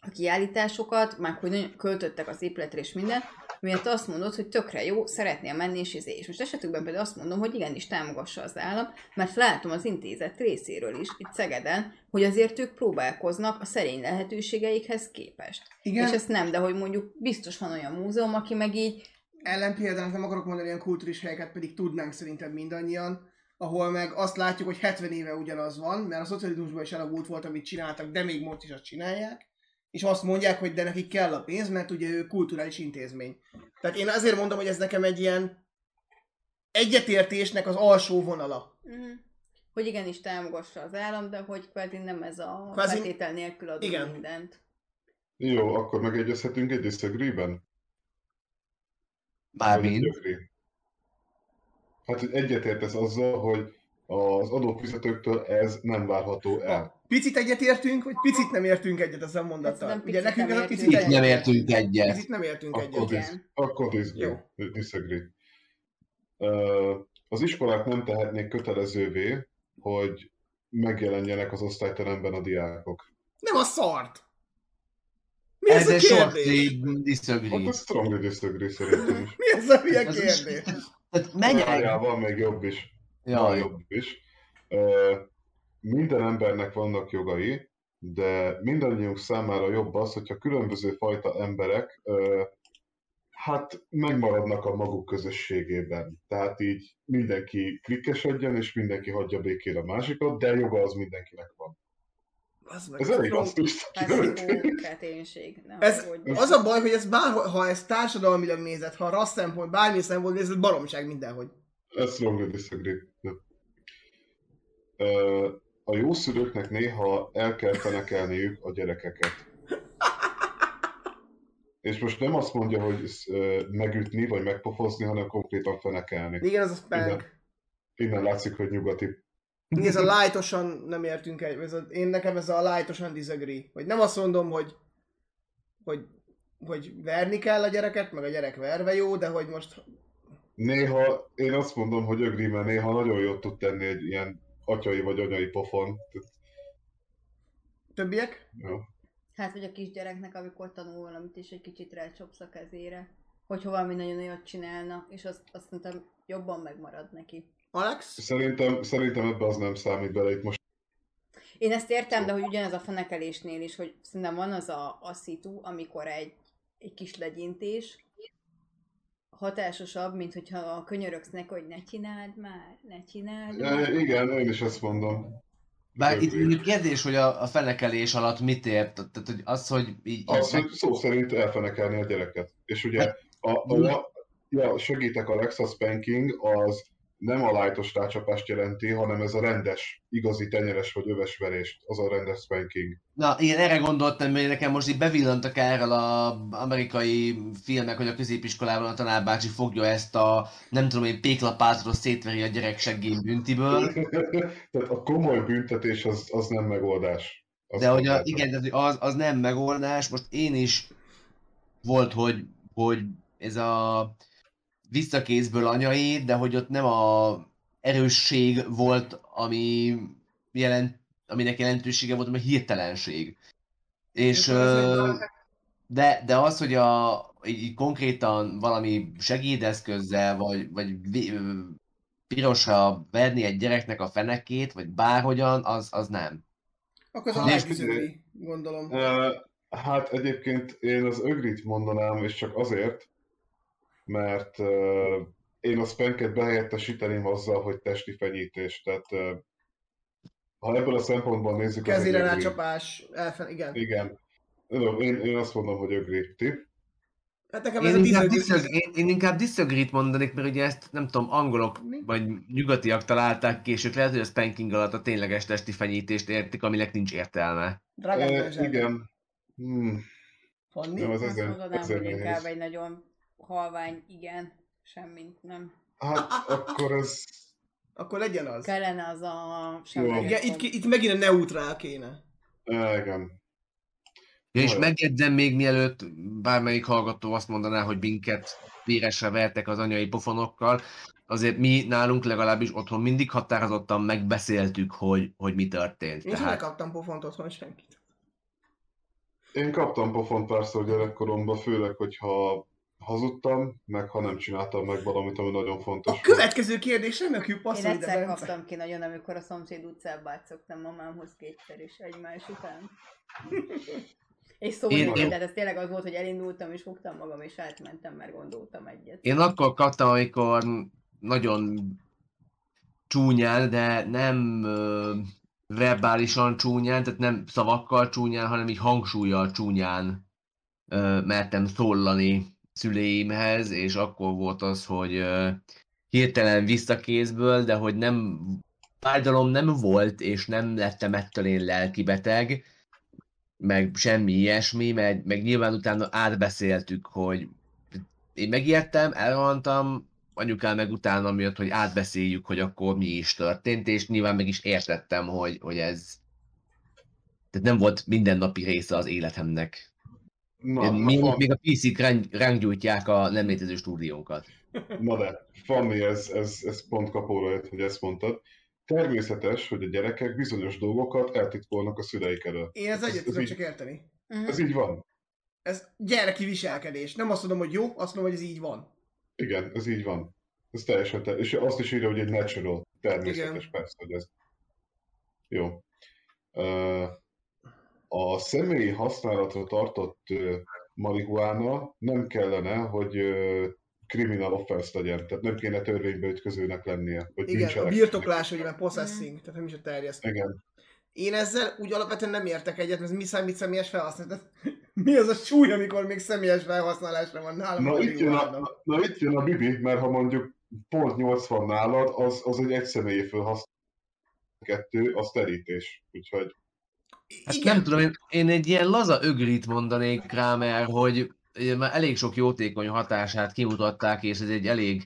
Speaker 4: a kiállításokat, meg hogy nagyon költöttek az épületre és minden, miért azt mondod, hogy tökre jó, szeretnél menni, és izé. És most esetükben például azt mondom, hogy igenis támogassa az állam, mert látom az intézet részéről is, itt Szegeden, hogy azért ők próbálkoznak a szerény lehetőségeikhez képest. Igen. És
Speaker 1: Igen,
Speaker 4: ezt nem, de hogy mondjuk biztos van olyan múzeum, aki meg így,
Speaker 1: ellenpéldának nem akarok mondani olyan kulturális helyeket, pedig tudnánk szerintem mindannyian, ahol meg azt látjuk, hogy 70 éve ugyanaz van, mert a szocializmusban is elavult volt, amit csináltak, de még most is azt csinálják, és azt mondják, hogy de nekik kell a pénz, mert ugye ő kulturális intézmény. Tehát én azért mondom, hogy ez nekem egy ilyen egyetértésnek az alsó vonala.
Speaker 4: hogy igenis támogassa az állam, de hogy kvázi nem ez a
Speaker 1: Kvázi-
Speaker 4: feltétel nélkül adunk
Speaker 1: Igen.
Speaker 4: mindent.
Speaker 3: Jó, akkor megegyezhetünk egy disagree-ben?
Speaker 2: Mármint.
Speaker 3: Vagy egy agree? Hát, hogy egyetértesz azzal, hogy az adófizetőktől ez nem várható el.
Speaker 1: Picit egyetértünk, vagy picit nem értünk egyet ezzel a mondattal.
Speaker 4: Szerintem
Speaker 1: Ugye
Speaker 4: picit
Speaker 1: nekünk
Speaker 4: nem
Speaker 1: ez a picit
Speaker 4: értünk
Speaker 2: Itt
Speaker 4: egyet.
Speaker 2: nem
Speaker 1: egyet-
Speaker 2: értünk egyet.
Speaker 1: Picit nem értünk
Speaker 3: Akkor,
Speaker 1: egyet.
Speaker 3: dis-
Speaker 4: Igen.
Speaker 3: akkor disagree. disagree. Ö, Az iskolák nem tehetnék kötelezővé, hogy megjelenjenek az osztályteremben a diákok.
Speaker 1: Nem a szart! Mi ez,
Speaker 2: Ez
Speaker 1: ez a
Speaker 2: egy short
Speaker 1: kérdés?
Speaker 3: Hát
Speaker 2: disagree.
Speaker 3: ez strongly disagree szerintem is.
Speaker 1: Mi ez a hülye
Speaker 2: Ez is-
Speaker 1: kérdés?
Speaker 2: Tehát menjen!
Speaker 3: Várjál, van még jobb is. van
Speaker 2: Jaj,
Speaker 3: jobb is. Ö, Minden embernek vannak jogai, de mindannyiunk számára jobb az, hogyha különböző fajta emberek ö, hát megmaradnak a maguk közösségében. Tehát így mindenki klikkesedjen, és mindenki hagyja békére a másikat, de joga az mindenkinek van.
Speaker 1: Az meg.
Speaker 3: Ez
Speaker 1: Ez,
Speaker 3: elég basszus.
Speaker 4: Fesztivál, kreténség. Nem
Speaker 1: ez,
Speaker 4: aggódj.
Speaker 1: az a baj, hogy ez bár, ha ez társadalmilag nézed, ha rassz szempont, bármi szempont nézed, baromság mindenhogy.
Speaker 3: Ez strongly disagree. Nem. Ö, A jó szülőknek néha el kell fenekelniük a gyerekeket. És most nem azt mondja, hogy sz- ö, megütni vagy megpofozni, hanem konkrétan fenekelni.
Speaker 1: Igen, az a spank.
Speaker 3: Innen látszik, hogy nyugati.
Speaker 1: Igen. Ez a lájtosan nem értünk egy, ez a, én nekem ez a lájtosan disagree. Hogy nem azt mondom, hogy, hogy, hogy verni kell a gyereket, meg a gyerek verve jó, de hogy most
Speaker 3: Néha, én azt mondom, hogy Ögrimmel néha nagyon jót tud tenni egy ilyen atyai vagy anyai pofon. Tehát,
Speaker 1: többiek?
Speaker 3: jó.
Speaker 4: Hát, vagy a kisgyereknek, amikor tanul valamit, és egy kicsit rácsopsz a kezére, hogy valami nagyon olyat csinálna, és azt, azt szerintem jobban megmarad neki.
Speaker 1: Alex?
Speaker 3: Szerintem, szerintem ebbe az nem számít bele itt most.
Speaker 4: Én ezt értem, de hogy ugyanez a fenekelésnél is, hogy szerintem van az a, a szitu, amikor egy, egy kis legyintés hatásosabb, mint hogyha a könyöröksz neki, hogy ne csináld már, ne csináld már.
Speaker 3: E, Igen, én is ezt mondom.
Speaker 2: Bár itt
Speaker 3: Ögri.
Speaker 2: mondjuk kérdés, hogy a, a fenekelés alatt mit ért, tehát hogy az, hogy így...
Speaker 3: Az, hogy szó szerint elfenekelni a gyereket. És
Speaker 2: Hát,
Speaker 3: ugye a, a, a ja, segítek a Lexa spanking, az nem a lájtos rácsapást jelenti, hanem ez a rendes, igazi tenyeres vagy öves verést, az a rendes spanking.
Speaker 2: Na, igen, erre gondoltam, hogy nekem most így bevillantak erről az amerikai filmek, hogy a középiskolában a tanárbácsi fogja ezt a, nem tudom én, péklapátról szétveri a gyerek seggén büntiből,
Speaker 3: Tehát a komoly büntetés az, az nem megoldás. Az
Speaker 2: de hogy a,
Speaker 3: nem
Speaker 2: igen, tehát, hogy az, az nem megoldás. Most én is volt, hogy, hogy ez a visszakézből anyai, de hogy ott nem a erősség volt, ami jelent, aminek jelentősége volt, hanem a hirtelenség. És... ö, De, de az, hogy a, így, így konkrétan valami segédeszközzel, vagy, vagy vi- ö, pirosra verni egy gyereknek a fenekét, vagy bárhogyan, az, az nem.
Speaker 1: Akkor az a
Speaker 3: Hát,
Speaker 1: Alex
Speaker 3: és-
Speaker 1: disagree, gondolom.
Speaker 3: Ö, Hát egyébként én az ögrit mondanám, és csak azért, mert ö, én a spanket behelyettesíteném azzal, hogy testi fenyítés. Tehát ö, ha ebből a szempontból nézzük, az
Speaker 1: Kezére
Speaker 3: egy ögri.
Speaker 1: rácsapás, elfen, igen.
Speaker 3: Igen. Tudom, Én, én azt mondom, hogy ögri. Ti?
Speaker 1: Hát nekem ez
Speaker 2: Én
Speaker 1: a
Speaker 2: inkább,
Speaker 1: disagree.
Speaker 2: diszög, én, én inkább diszögrít mondanék, mert ugye ezt nem tudom, angolok
Speaker 1: Mi?
Speaker 2: vagy nyugatiak találták ki, és ők lehet, hogy a spanking alatt a tényleges testi fenyítést értik, aminek nincs értelme.
Speaker 1: Drágán
Speaker 3: Ö,
Speaker 1: Balázs,
Speaker 3: igen. Hmm.
Speaker 1: Fanni?
Speaker 3: Nem, az
Speaker 4: Azt
Speaker 3: ezen,
Speaker 4: mondanám,
Speaker 3: ezen
Speaker 4: hogy
Speaker 3: nehéz.
Speaker 4: inkább egy nagyon halvány igen, semmint nem.
Speaker 3: Hát akkor ez...
Speaker 1: Akkor legyen az.
Speaker 4: Kellene az a
Speaker 3: Jó.
Speaker 1: Igen, itt, ki- itt megint a neutrál kéne.
Speaker 3: Á, igen.
Speaker 2: Ja, és
Speaker 3: Olyan.
Speaker 2: megjegyzem még mielőtt bármelyik hallgató azt mondaná, hogy minket véresre vertek az anyai pofonokkal, azért mi nálunk legalábbis otthon mindig határozottan megbeszéltük, hogy, hogy mi történt.
Speaker 1: Én sem
Speaker 2: Tehát,
Speaker 1: kaptam pofont otthon senkit.
Speaker 3: Én kaptam pofont párszor gyerekkoromban, főleg, hogyha hazudtam, meg ha nem csináltam meg valamit, ami nagyon fontos.
Speaker 1: A következő kérdés nem nekünk
Speaker 4: Én
Speaker 1: passzol ide,
Speaker 4: egyszer
Speaker 1: Bence.
Speaker 4: kaptam ki nagyon, amikor a szomszéd utcába átszoktam mamámhoz kétszer is egymás után. És szóval
Speaker 2: Én-
Speaker 4: én,
Speaker 3: én-
Speaker 4: én... ez tényleg az volt, hogy elindultam és fogtam magam és átmentem, mert gondoltam egyet.
Speaker 2: én akkor kaptam, amikor nagyon csúnyán, de nem ö, verbálisan csúnyán, tehát nem szavakkal csúnyán, hanem így hangsúlyjal csúnyán ö, mertem szólani szüleimhez, és akkor volt az, hogy ö, hirtelen visszakézből, de hogy nem fájdalom nem volt, és nem lettem ettől én lelkibeteg, meg semmi ilyesmi, meg, meg nyilván utána átbeszéltük, hogy én megijedtem, elrohantam, anyukám meg utána jött, hogy átbeszéljük, hogy akkor mi is történt, és nyilván meg is értettem, hogy, hogy ez tehát nem volt mindennapi része az életemnek.
Speaker 3: Na,
Speaker 2: Na,
Speaker 3: na,
Speaker 2: még,
Speaker 3: van,
Speaker 2: még a PC-k ránk, ránk gyújtják a nem létező stúdiónkat.
Speaker 3: na de, Fanni, ez, ez, ez pont kapóra jött, hogy ezt mondtad. Természetes, hogy a gyerekek bizonyos dolgokat eltitkolnak a szüleik elől.
Speaker 1: Én ez
Speaker 3: Ez-
Speaker 1: egyet
Speaker 3: ez
Speaker 1: tudom
Speaker 3: így-
Speaker 1: csak érteni.
Speaker 4: Uh-huh.
Speaker 3: Ez így van.
Speaker 1: Ez gyereki viselkedés. Nem azt mondom, hogy jó, azt mondom, hogy ez így van.
Speaker 3: Igen, ez így van. Ez teljesen te- És azt is írja, hogy egy natural, természetes,
Speaker 1: Igen.
Speaker 3: persze, hogy ez. Jó. Ö, A személyi használatra tartott ö, marihuána nem kellene, hogy ö, criminal offense legyen, tehát nem kéne törvénybe ütközőnek lennie, vagy
Speaker 1: Igen, a
Speaker 3: bűncselekménynek.
Speaker 1: birtoklás, ugye, mert possessing, tehát nem is a terjesztő.
Speaker 3: Igen.
Speaker 1: Én ezzel úgy alapvetően nem értek egyet, mert mi számít személyes felhasználás? Tehát Mi az a súly, amikor még személyes felhasználásra van nálam?
Speaker 3: Na
Speaker 1: vagy
Speaker 3: itt, jön a,
Speaker 1: nálam?
Speaker 3: na itt jön a bibi, mert ha mondjuk pont 80 nálad, az, az egy egyszemélyi felhasználó. Kettő, az terítés. Úgyhogy
Speaker 2: Hát
Speaker 1: Igen.
Speaker 2: nem tudom, én, én egy ilyen laza ögrit mondanék rá, mert hogy ugye már elég sok jótékony hatását kimutatták, és ez egy elég,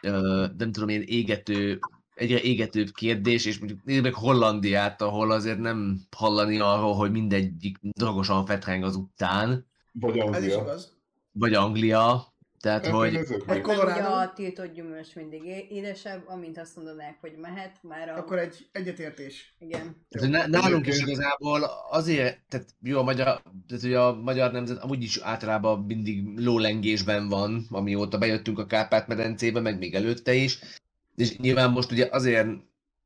Speaker 2: ö, nem tudom én, égető, egyre égetőbb kérdés, és mondjuk nézd meg Hollandiát, ahol azért nem hallani arról, hogy mindegyik drogosan fetreng az utcán,
Speaker 3: vagy
Speaker 1: Ez is
Speaker 3: Anglia.
Speaker 1: igaz.
Speaker 2: vagy Anglia, tehát
Speaker 3: Hát,
Speaker 2: hogy...
Speaker 3: ez
Speaker 1: Vagy
Speaker 3: ökli.
Speaker 4: Meg ugye
Speaker 1: Colorado.
Speaker 4: a tiltott gyümölcs mindig é- édesebb, amint azt mondanák, hogy mehet, már a...
Speaker 1: Akkor egy egyetértés.
Speaker 4: Igen.
Speaker 2: Tehát, hogy ná- nálunk is
Speaker 3: Egyébként-
Speaker 2: igazából azért, tehát jó a magyar, tehát hogy a magyar nemzet amúgy is általában mindig lólengésben van, amióta bejöttünk a Kárpát-medencébe, meg még előtte is, és nyilván most ugye azért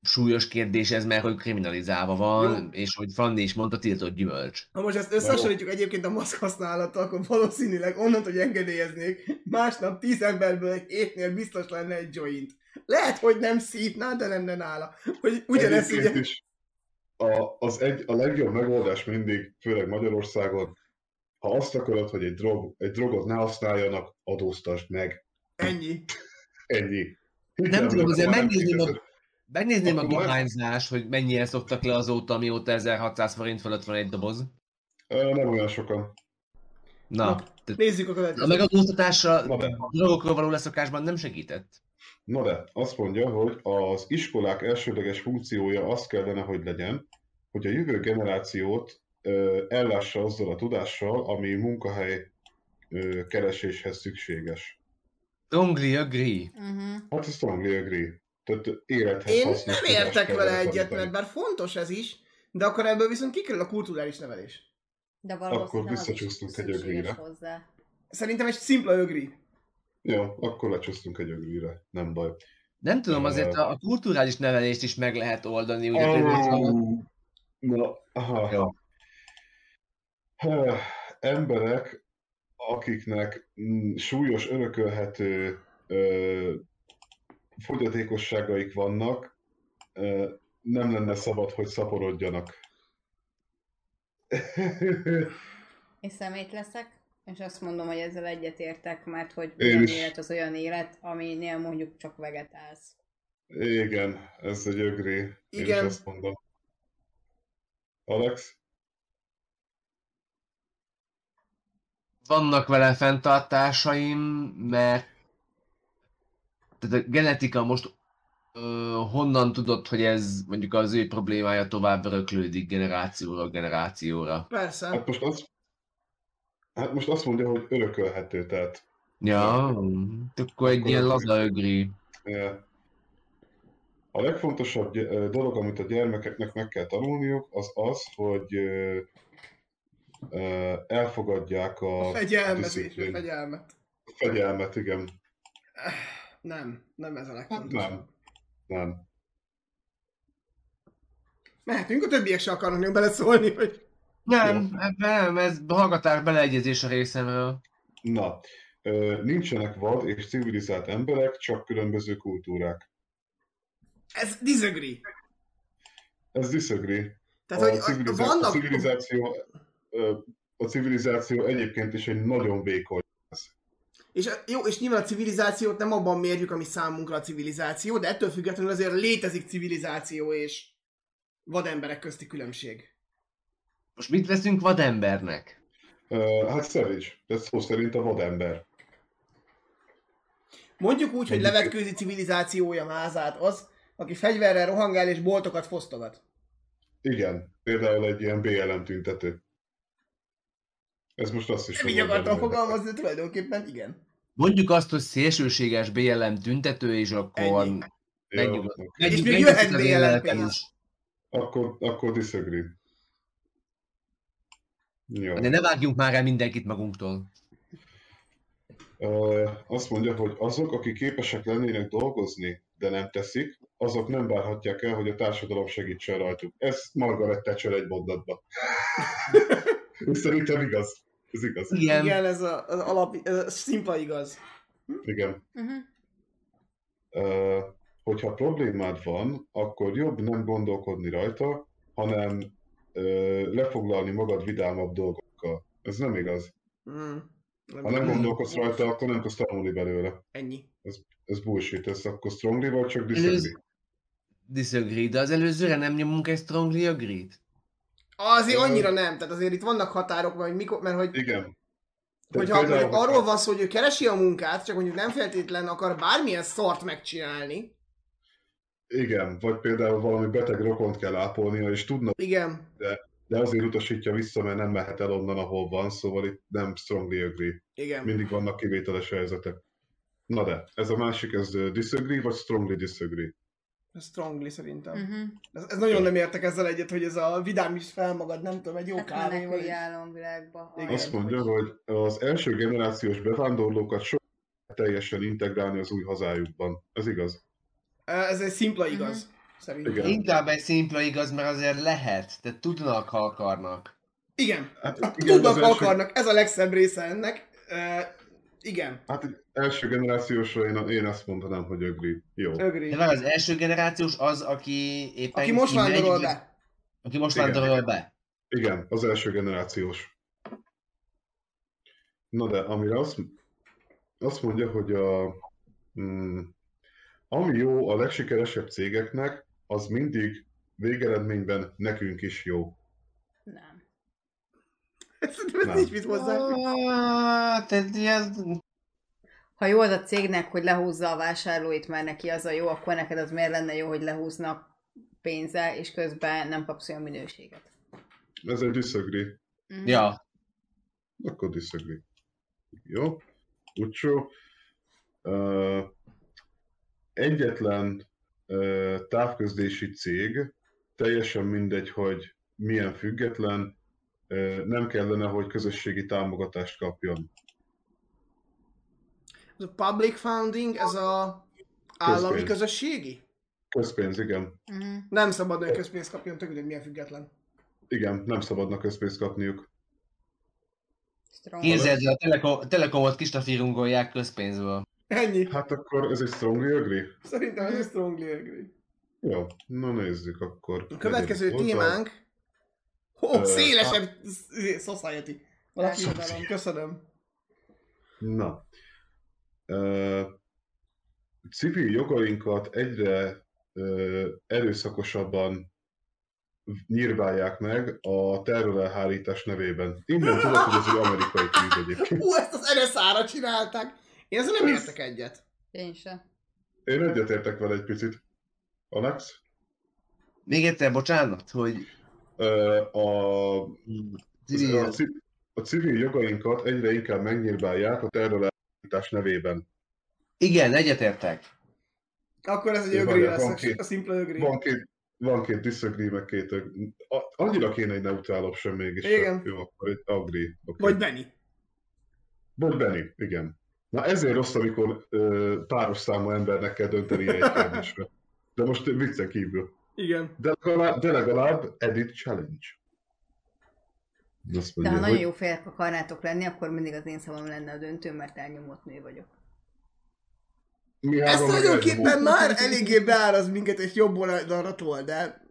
Speaker 2: súlyos kérdés ez, mert hogy kriminalizálva van,
Speaker 1: Jó.
Speaker 2: és hogy Fanni is mondta, tiltott gyümölcs.
Speaker 1: Ha most ezt összehasonlítjuk egyébként a maszk használattal, akkor valószínűleg onnantól, hogy engedélyeznék, másnap tíz emberből hétnél biztos lenne egy joint. Lehet, hogy nem szívná, de lenne nála. Hogy ugyanezt
Speaker 3: Egyébként
Speaker 1: ugye...
Speaker 3: is a, az egy, a legjobb megoldás mindig, főleg Magyarországon, ha azt akarod, hogy egy, drog, egy drogot ne használjanak, adóztasd meg.
Speaker 1: Ennyi.
Speaker 3: Ennyi.
Speaker 2: Nem tudom, azért
Speaker 3: Már nem
Speaker 2: megnézném a,
Speaker 3: fizeted.
Speaker 2: megnézném a
Speaker 3: Akkor majd-
Speaker 2: dohányzást, hogy mennyien szoktak le azóta, mióta 1600 forint fölött van egy doboz.
Speaker 3: Ö, Nem olyan sokan.
Speaker 2: Na, tehát
Speaker 1: Nézzük a
Speaker 2: a
Speaker 1: következőt.
Speaker 2: megadóztatásra
Speaker 3: Na de.
Speaker 2: drogokról való leszokásban nem segített.
Speaker 3: Na de, azt mondja, hogy az iskolák elsődleges funkciója az kellene, hogy legyen, hogy a jövő generációt ö, ellássa azzal a tudással, ami munkahely ö, kereséshez szükséges.
Speaker 2: Ongli agree.
Speaker 4: Uh-huh.
Speaker 3: Hát ezt totally agree. Tehát élethez
Speaker 1: Én
Speaker 3: hasznos
Speaker 1: nem
Speaker 3: tudást
Speaker 1: értek
Speaker 3: kellene
Speaker 1: vele egyet,
Speaker 3: tanítani.
Speaker 1: mert bár fontos ez is, de akkor ebből viszont kikerül a kulturális nevelés.
Speaker 4: De valószínűleg
Speaker 3: Akkor
Speaker 4: az is
Speaker 3: visszacsúsztunk egy
Speaker 4: szükséges
Speaker 3: ögrére.
Speaker 4: hozzá.
Speaker 1: Szerintem egy szimpla ögri.
Speaker 3: Ja, akkor lecsúsztunk egy ögrire, nem baj.
Speaker 2: Nem tudom, azért a, a kulturális nevelést is meg lehet oldani, ugye például ez a-
Speaker 3: Ehm, Na, aha.
Speaker 2: Hát Jó.
Speaker 3: Hö, Emberek, akiknek mm, súlyos örökölhető ö, fogyatékosságaik vannak, ö, nem lenne szabad, hogy szaporodjanak.
Speaker 4: Én szemét leszek, és azt mondom, hogy ezzel egyetértek, mert hogy
Speaker 3: Én
Speaker 4: olyan
Speaker 3: is.
Speaker 4: élet az olyan élet, aminél mondjuk csak vegetálsz.
Speaker 3: Igen, ez egy ögré. Én is
Speaker 1: Igen.
Speaker 3: ezt mondom. Alex?
Speaker 2: vannak vele fenntartásaim, mert tehát a genetika most ö, honnan tudod, hogy ez mondjuk az ő problémája tovább öröklődik generációra generációra.
Speaker 1: Persze.
Speaker 3: Hát most azt, hát most azt mondja, hogy örökölhető, tehát
Speaker 2: Ja, Hát akkor egy
Speaker 3: Akkor
Speaker 2: ilyen
Speaker 3: akkor-
Speaker 2: laza ögri.
Speaker 3: A legfontosabb gy- ö, dolog, amit a gyermekeknek meg kell tanulniuk, az az, hogy ö, ö, elfogadják
Speaker 1: A
Speaker 3: a
Speaker 1: fegyelmet és a
Speaker 3: disziplin.
Speaker 1: fegyelmet.
Speaker 3: fegyelmet, igen.
Speaker 1: Nem, nem ez a
Speaker 3: Hát
Speaker 1: legfontosabb.
Speaker 3: nem. Nem.
Speaker 1: Mehetünk, a többiek se akarnak még beleszólni, hogy
Speaker 2: Nem, ebben nem, ez hallgatás beleegyezés a részemről.
Speaker 3: Na, ö, nincsenek vad és civilizált emberek, csak különböző kultúrák.
Speaker 1: ez disagree.
Speaker 3: Ez disagree.
Speaker 1: Tehát,
Speaker 3: a,
Speaker 1: hogy a-
Speaker 3: civilizá- a
Speaker 1: vannak...
Speaker 3: civilizáció, ö, a civilizáció egyébként is egy nagyon vékony.
Speaker 1: És jó, és nyilván a civilizációt nem abban mérjük, ami számunkra a civilizáció, de ettől függetlenül azért létezik civilizáció és vademberek közti különbség.
Speaker 2: Most mit veszünk vadembernek?
Speaker 3: Ö, Hát szerint, ez szó szerint a vadember.
Speaker 1: Mondjuk úgy, hogy levetkőzi civilizációja mázát az, aki fegyverrel rohangál és boltokat fosztogat.
Speaker 3: Igen, például egy ilyen BLM tüntető. Ez most azt is
Speaker 1: Nem így
Speaker 3: fogja
Speaker 1: akartam
Speaker 3: belőle.
Speaker 1: fogalmazni, de tulajdonképpen igen.
Speaker 2: Mondjuk azt, hogy szélsőséges BLM tüntető, és akkor
Speaker 1: Ennyi.
Speaker 3: Jó,
Speaker 2: megnyugod.
Speaker 3: oké.
Speaker 1: És
Speaker 2: Megyünk,
Speaker 1: még
Speaker 2: megyünk
Speaker 1: jöhet
Speaker 2: az
Speaker 1: BLM
Speaker 2: életem
Speaker 1: pénz.
Speaker 2: is.
Speaker 3: Akkor, akkor disagree. Jó.
Speaker 2: De ne vágjunk már el mindenkit magunktól.
Speaker 3: Ö, Azt mondja, hogy azok, akik képesek lennének dolgozni, de nem teszik, azok nem várhatják el, hogy a társadalom segítsen rajtuk. Ez Margaret Thatcher egy mondatban. Ez Szerintem igaz. Ez igaz.
Speaker 2: Igen,
Speaker 1: Igen, ez a, az alap, ez a szimpla igaz.
Speaker 3: Igen.
Speaker 4: Uh-huh.
Speaker 3: Ö, hogyha problémád van, akkor jobb nem gondolkodni rajta, hanem ö, lefoglalni magad vidámabb dolgokkal. Ez nem igaz.
Speaker 1: Mm.
Speaker 3: Ha nem gondolkodsz rajta, akkor nem tudsz tanulni belőle.
Speaker 1: Ennyi.
Speaker 3: Ez bullshit, ez akkor strongly vagy csak
Speaker 2: Előz-
Speaker 3: disagree.
Speaker 2: Disagree, de az előzőre nem nyomunk egy strongly agree-t?
Speaker 1: Azért annyira nem, tehát azért itt vannak határok, mert hogy mikor, mert hogy
Speaker 3: Igen.
Speaker 1: Hogyha
Speaker 3: Például-
Speaker 1: mondjuk arról van szó, hogy ő keresi a munkát, csak mondjuk nem feltétlen akar bármilyen szart megcsinálni.
Speaker 3: Igen, vagy például valami beteg rokont kell ápolnia, és tudna,
Speaker 1: Igen,
Speaker 3: de azért utasítja vissza, mert nem mehet el onnan, ahol van, szóval itt nem strongly agree.
Speaker 1: igen.
Speaker 3: Mindig vannak kivételes helyzetek. Na de, ez a másik, ez ö, disagree, vagy strongly disagree?
Speaker 1: Strongly szerintem.
Speaker 4: Uh-huh.
Speaker 1: Ez, ez nagyon nem értek ezzel egyet, hogy ez a vidám is felmagad, nem tudom, egy jó
Speaker 4: Hát
Speaker 1: hát
Speaker 4: menekülj
Speaker 1: kávéval.
Speaker 4: álomvilágba.
Speaker 1: Igen.
Speaker 3: Azt mondja, hogy az első generációs bevándorlókat soha teljesen integrálni az új hazájukban. Ez igaz.
Speaker 1: Eh, Ez egy szimpla igaz, szerintem.
Speaker 3: Igen.
Speaker 2: Inkább egy szimpla igaz, mert azért lehet, de tudnak, ha akarnak.
Speaker 1: Igen.
Speaker 3: Hát, de
Speaker 1: Tudnak,
Speaker 3: az első-
Speaker 1: akarnak, ez a legszebb része ennek. Uh, igen,
Speaker 3: Hát egy első generációsra én, én azt mondanám, hogy agree. Jó.
Speaker 2: De
Speaker 1: ögré.
Speaker 2: már az első generációs az, aki éppen...
Speaker 1: Aki most
Speaker 2: kimegy,
Speaker 1: vándorol
Speaker 2: vagy-
Speaker 1: be.
Speaker 2: Aki most
Speaker 3: Igen.
Speaker 2: vándorol be.
Speaker 3: Igen, az első generációs. Na de, amire azt, azt mondja, hogy a, mm, ami jó a legsikeresebb cégeknek, az mindig végeredményben nekünk is jó.
Speaker 4: Nem.
Speaker 1: Szerintem ez
Speaker 3: Nem.
Speaker 1: nincs mit hozzá.
Speaker 2: Ah, tehát ilyen-
Speaker 4: Ha jó az a cégnek, hogy lehúzza a vásárlóit, mert neki az a jó, akkor neked az miért lenne jó, hogy lehúznak pénzzel, és közben nem kapsz olyan minőséget.
Speaker 3: Ez egy disagree.
Speaker 4: Mhm.
Speaker 2: Ja,
Speaker 3: Akkor disagree. Jó. Utcsó. Uh, egyetlen uh, távközlési cég, teljesen mindegy, hogy milyen független, uh, nem kellene, hogy közösségi támogatást kapjon.
Speaker 1: Ez a public founding, ez a állami
Speaker 3: Közpénz.
Speaker 1: közösségi?
Speaker 3: Közpénz, igen.
Speaker 4: Mhm.
Speaker 1: Nem szabad, hogy közpénzt kapjon, tök mindegy, milyen független.
Speaker 3: Igen, nem szabadna közpénzt kapniuk.
Speaker 4: Strong.
Speaker 2: képzeld el, a teleko- telekomot kistafírungolják közpénzből.
Speaker 1: Ennyi.
Speaker 3: Hát akkor ez egy strongly agree?
Speaker 1: Szerintem ez strongly agree.
Speaker 3: Jó, na nézzük akkor.
Speaker 1: A következő
Speaker 3: Negyedik oldal.
Speaker 1: témánk... Ó,
Speaker 3: Ö, hát-
Speaker 1: szélesebb sz- society. Valaki
Speaker 4: Társadalom.
Speaker 1: Köszönöm.
Speaker 3: Na. Ö, civil jogainkat egyre ö, erőszakosabban nyírválják meg a terrorelhárítás nevében. Innen tudod, hogy ez egy amerikai tűz egyébként.
Speaker 1: Hú, ezt az NSZ-ra csinálták. Én ezzel nem értek egyet.
Speaker 4: Én sem.
Speaker 3: Én egyetértek vele egy picit. Alex?
Speaker 2: Még egyszer, bocsánat, hogy...
Speaker 3: Ö, a, a, ci- a civil jogainkat egyre inkább megnyírbálják a terrorelhárítás nevében.
Speaker 2: Igen, egyetértek.
Speaker 1: Akkor ez egy
Speaker 3: Jó,
Speaker 1: ögré
Speaker 3: várjál,
Speaker 1: lesz,
Speaker 3: van
Speaker 1: a-
Speaker 3: két.
Speaker 1: a szimpla ögré.
Speaker 3: Van két, van két disagree, meg két... ag- a- Annyira kéne egy neutrálabb sem mégis.
Speaker 1: Igen.
Speaker 3: Jó, akkor egy agree. Okay.
Speaker 1: Vagy Benny.
Speaker 3: Vagy Benny, igen. Na ezért rossz, amikor ö, páros számú embernek kell dönteni egy kérdésre. De most viccen kívül.
Speaker 1: Igen.
Speaker 3: De legalább, de legalább edit challenge. Azt
Speaker 4: De ha
Speaker 3: mondja,
Speaker 4: nagyon
Speaker 3: hogy
Speaker 4: jó fejek akarnátok lenni, akkor mindig az én szavam lenne a döntő, mert elnyomott nő vagyok.
Speaker 3: mi
Speaker 1: Ez
Speaker 3: hárman
Speaker 1: tulajdonképpen
Speaker 3: elnyomunk.
Speaker 1: már eléggé beáraz minket, és jobb oldalra tol, de...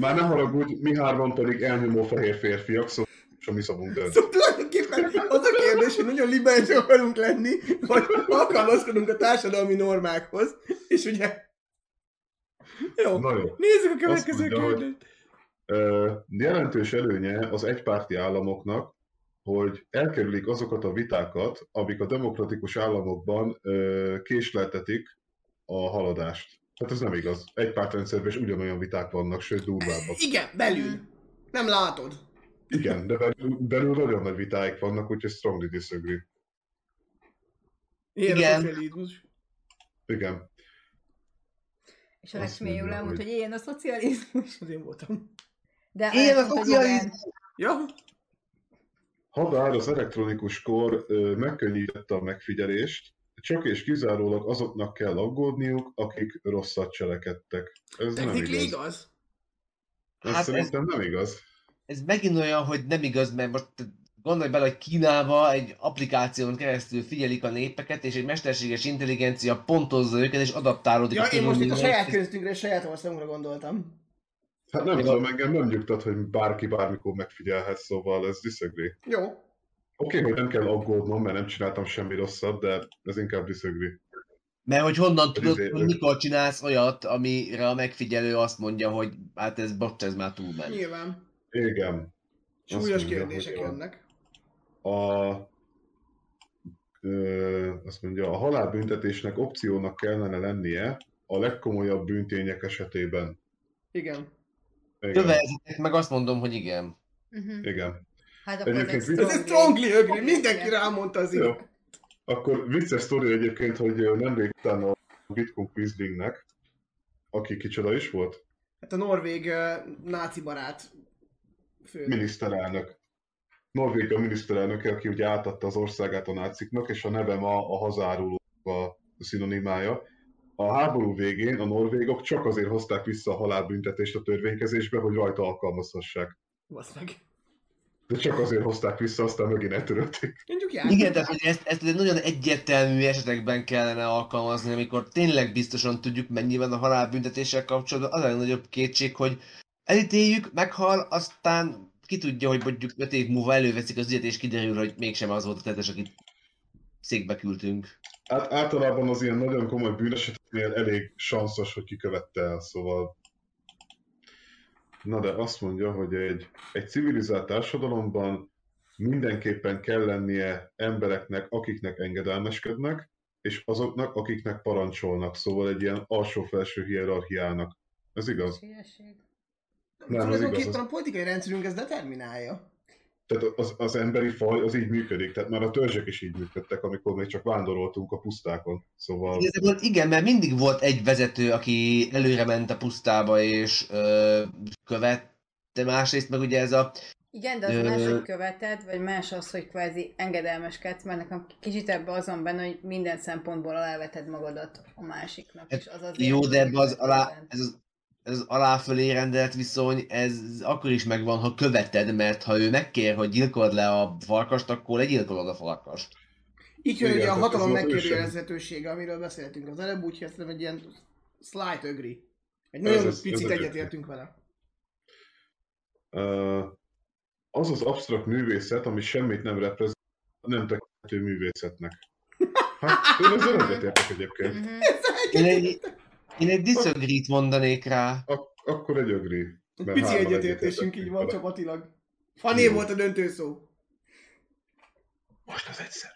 Speaker 3: Már ne haragudj, mi hárman pedig elnyomó fehér férfiak, szóval és a mi szavunk dönt.
Speaker 1: Szóval tulajdonképpen az a kérdés, hogy nagyon liberálisok akarunk lenni, vagy alkalmazkodunk a társadalmi normákhoz, és ugye... Jó,
Speaker 3: Na jó.
Speaker 1: nézzük a következő
Speaker 3: Azt mondja, hogy-
Speaker 1: kérdést.
Speaker 3: Ö, Jelentős előnye az egypárti államoknak, hogy elkerülik azokat a vitákat, amik a demokratikus államokban ö, késleltetik a haladást. Hát ez nem igaz. Egypártrendszerben is ugyanolyan viták vannak, sőt durvábbak.
Speaker 1: Igen, belül. Nem látod.
Speaker 3: Igen, de belül, belül nagyon nagy vitáik vannak, úgyhogy strongly disagree.
Speaker 1: Ilyen
Speaker 2: Igen.
Speaker 1: a szocializmus.
Speaker 3: Igen.
Speaker 4: És a
Speaker 3: Azt
Speaker 4: legsimén jól
Speaker 3: mondja,
Speaker 4: elmondta,
Speaker 3: hogy-
Speaker 4: hogy ilyen a szocializmus.
Speaker 1: Az én voltam.
Speaker 4: De
Speaker 2: Én a
Speaker 4: elmondta, hogy igen.
Speaker 2: szocializmus!
Speaker 1: Ja?
Speaker 3: Habár az elektronikus kor ö, megkönnyítette a megfigyelést, csak és kizárólag azoknak kell aggódniuk, akik rosszat cselekedtek. Ez nem
Speaker 1: Technikli
Speaker 3: igaz.
Speaker 1: igaz.
Speaker 3: Ez
Speaker 2: Hát ez-
Speaker 3: szerintem nem igaz.
Speaker 2: Ez megint olyan, hogy nem igaz, mert most gondolj bele, hogy Kínában egy applikáción keresztül figyelik a népeket, és egy mesterséges intelligencia pontozza őket, és adaptálódik
Speaker 1: Ja, én most itt a
Speaker 2: körülményekhez.
Speaker 1: saját köztünkre és saját országunkra gondoltam.
Speaker 3: Hát nem
Speaker 2: Még
Speaker 3: tudom, engem nem nyugtat, hogy bárki bármikor megfigyelhet, szóval ez disagree.
Speaker 1: Jó.
Speaker 3: Oké, okay, hogy nem kell aggódnom, mert nem csináltam semmi rosszat, de ez inkább disagree.
Speaker 2: Mert hogy honnan tudod,
Speaker 3: Izé-
Speaker 2: hogy mikor csinálsz olyat, amire a megfigyelő azt mondja, hogy hát ez bocs, ez már túlment.
Speaker 1: Nyilván.
Speaker 3: Igen.
Speaker 1: Súlyos
Speaker 3: mondja,
Speaker 1: kérdések
Speaker 3: hogy van.
Speaker 1: jönnek.
Speaker 3: A, ö, azt mondja, a halálbüntetésnek opciónak kellene lennie a legkomolyabb büntények esetében.
Speaker 1: Igen.
Speaker 3: Igen.
Speaker 2: Kövezetek, meg azt mondom, hogy igen.
Speaker 4: Uh-huh.
Speaker 3: Igen.
Speaker 4: Hát akkor ez egy
Speaker 3: Egyébként
Speaker 1: Ez egy
Speaker 4: strongly.
Speaker 1: strongly ögri, mindenki rámondta az
Speaker 3: Jó.
Speaker 1: időt.
Speaker 3: Akkor vicces sztori egyébként, hogy nemrég utána a Bitcoin Quizlingnek, aki kicsoda is volt,
Speaker 1: Hát a norvég ö, náci barát fő.
Speaker 3: miniszterelnök. Norvégia miniszterelnöke, aki ugye átadta az országát a náciknak, és a neve ma a hazáruló a szinonimája. A háború végén a norvégok csak azért hozták vissza a halálbüntetést a törvénykezésbe, hogy rajta alkalmazhassák.
Speaker 1: Basz meg.
Speaker 3: De csak azért hozták vissza, aztán megint eltörölték.
Speaker 1: Mondjuk jár.
Speaker 2: Igen, tehát hogy ezt, ezt nagyon egyértelmű esetekben kellene alkalmazni, amikor tényleg biztosan tudjuk, mennyiben a halálbüntetéssel kapcsolatban az a legnagyobb kétség, hogy elítéljük, meghal, aztán ki tudja, hogy mondjuk 5 év múlva előveszik az ügyet, és kiderül, hogy mégsem az volt a tettes, akit székbe küldtünk.
Speaker 3: Hát általában az ilyen nagyon komoly bűneseteknél elég sanszos, hogy kikövette el, szóval... Na de azt mondja, hogy egy, egy civilizált társadalomban mindenképpen kell lennie embereknek, akiknek engedelmeskednek, és azoknak, akiknek parancsolnak, szóval egy ilyen alsó-felső hierarchiának. Ez igaz?
Speaker 4: Siesség.
Speaker 1: Szóval
Speaker 3: nem, az
Speaker 1: Tulajdonképpen
Speaker 3: igaz,
Speaker 1: a politikai rendszerünk ez determinálja.
Speaker 3: Tehát az, az emberi faj az így működik, tehát már a törzsek is így működtek, amikor még csak vándoroltunk a pusztákon. Szóval...
Speaker 2: Igazából igen, mert mindig volt egy vezető, aki előre ment a pusztába és ö, követte, másrészt meg ugye ez a...
Speaker 4: Igen, de az
Speaker 2: Ö-
Speaker 4: más, hogy követed, vagy más az, hogy kvázi engedelmeskedsz, mert nekem kicsit ebbe azon benne, hogy minden szempontból aláveted magadat a másiknak.
Speaker 2: Hát
Speaker 4: És az az
Speaker 2: Jó, de ebbe az alá,
Speaker 4: értelmetlen.
Speaker 2: ez az, ez az alá fölé rendelt viszony, ez akkor is megvan, ha követed, mert ha ő megkér, hogy gyilkold le a farkast, akkor legyilkolod a farkast.
Speaker 1: Így jön
Speaker 3: Igen,
Speaker 1: ugye a
Speaker 3: tehát
Speaker 1: hatalom
Speaker 3: ez az
Speaker 1: megkérdőjelezhetősége, amiről beszéltünk az előbb, úgyhogy ez egy ilyen slight agree. Egy
Speaker 3: Ez
Speaker 1: nagyon
Speaker 3: az- ez
Speaker 1: picit
Speaker 3: az agree.
Speaker 1: egyetértünk vele.
Speaker 3: Ö, az az absztrakt művészet, ami semmit nem reprezentál, nem tekinthető művészetnek. Hát, én ezzel egyetértek egyébként.
Speaker 4: Mhm.
Speaker 2: Én egy, én egy disagree-t mondanék rá.
Speaker 3: Ak- akkor egy ögri.
Speaker 1: Egy
Speaker 3: Mert
Speaker 1: pici
Speaker 3: hárman
Speaker 1: egyetértésünk így
Speaker 3: egyetértettünk
Speaker 1: van
Speaker 3: vele.
Speaker 1: csapatilag. Fané
Speaker 3: Jó.
Speaker 1: volt a döntő szó.
Speaker 3: Most az egyszer.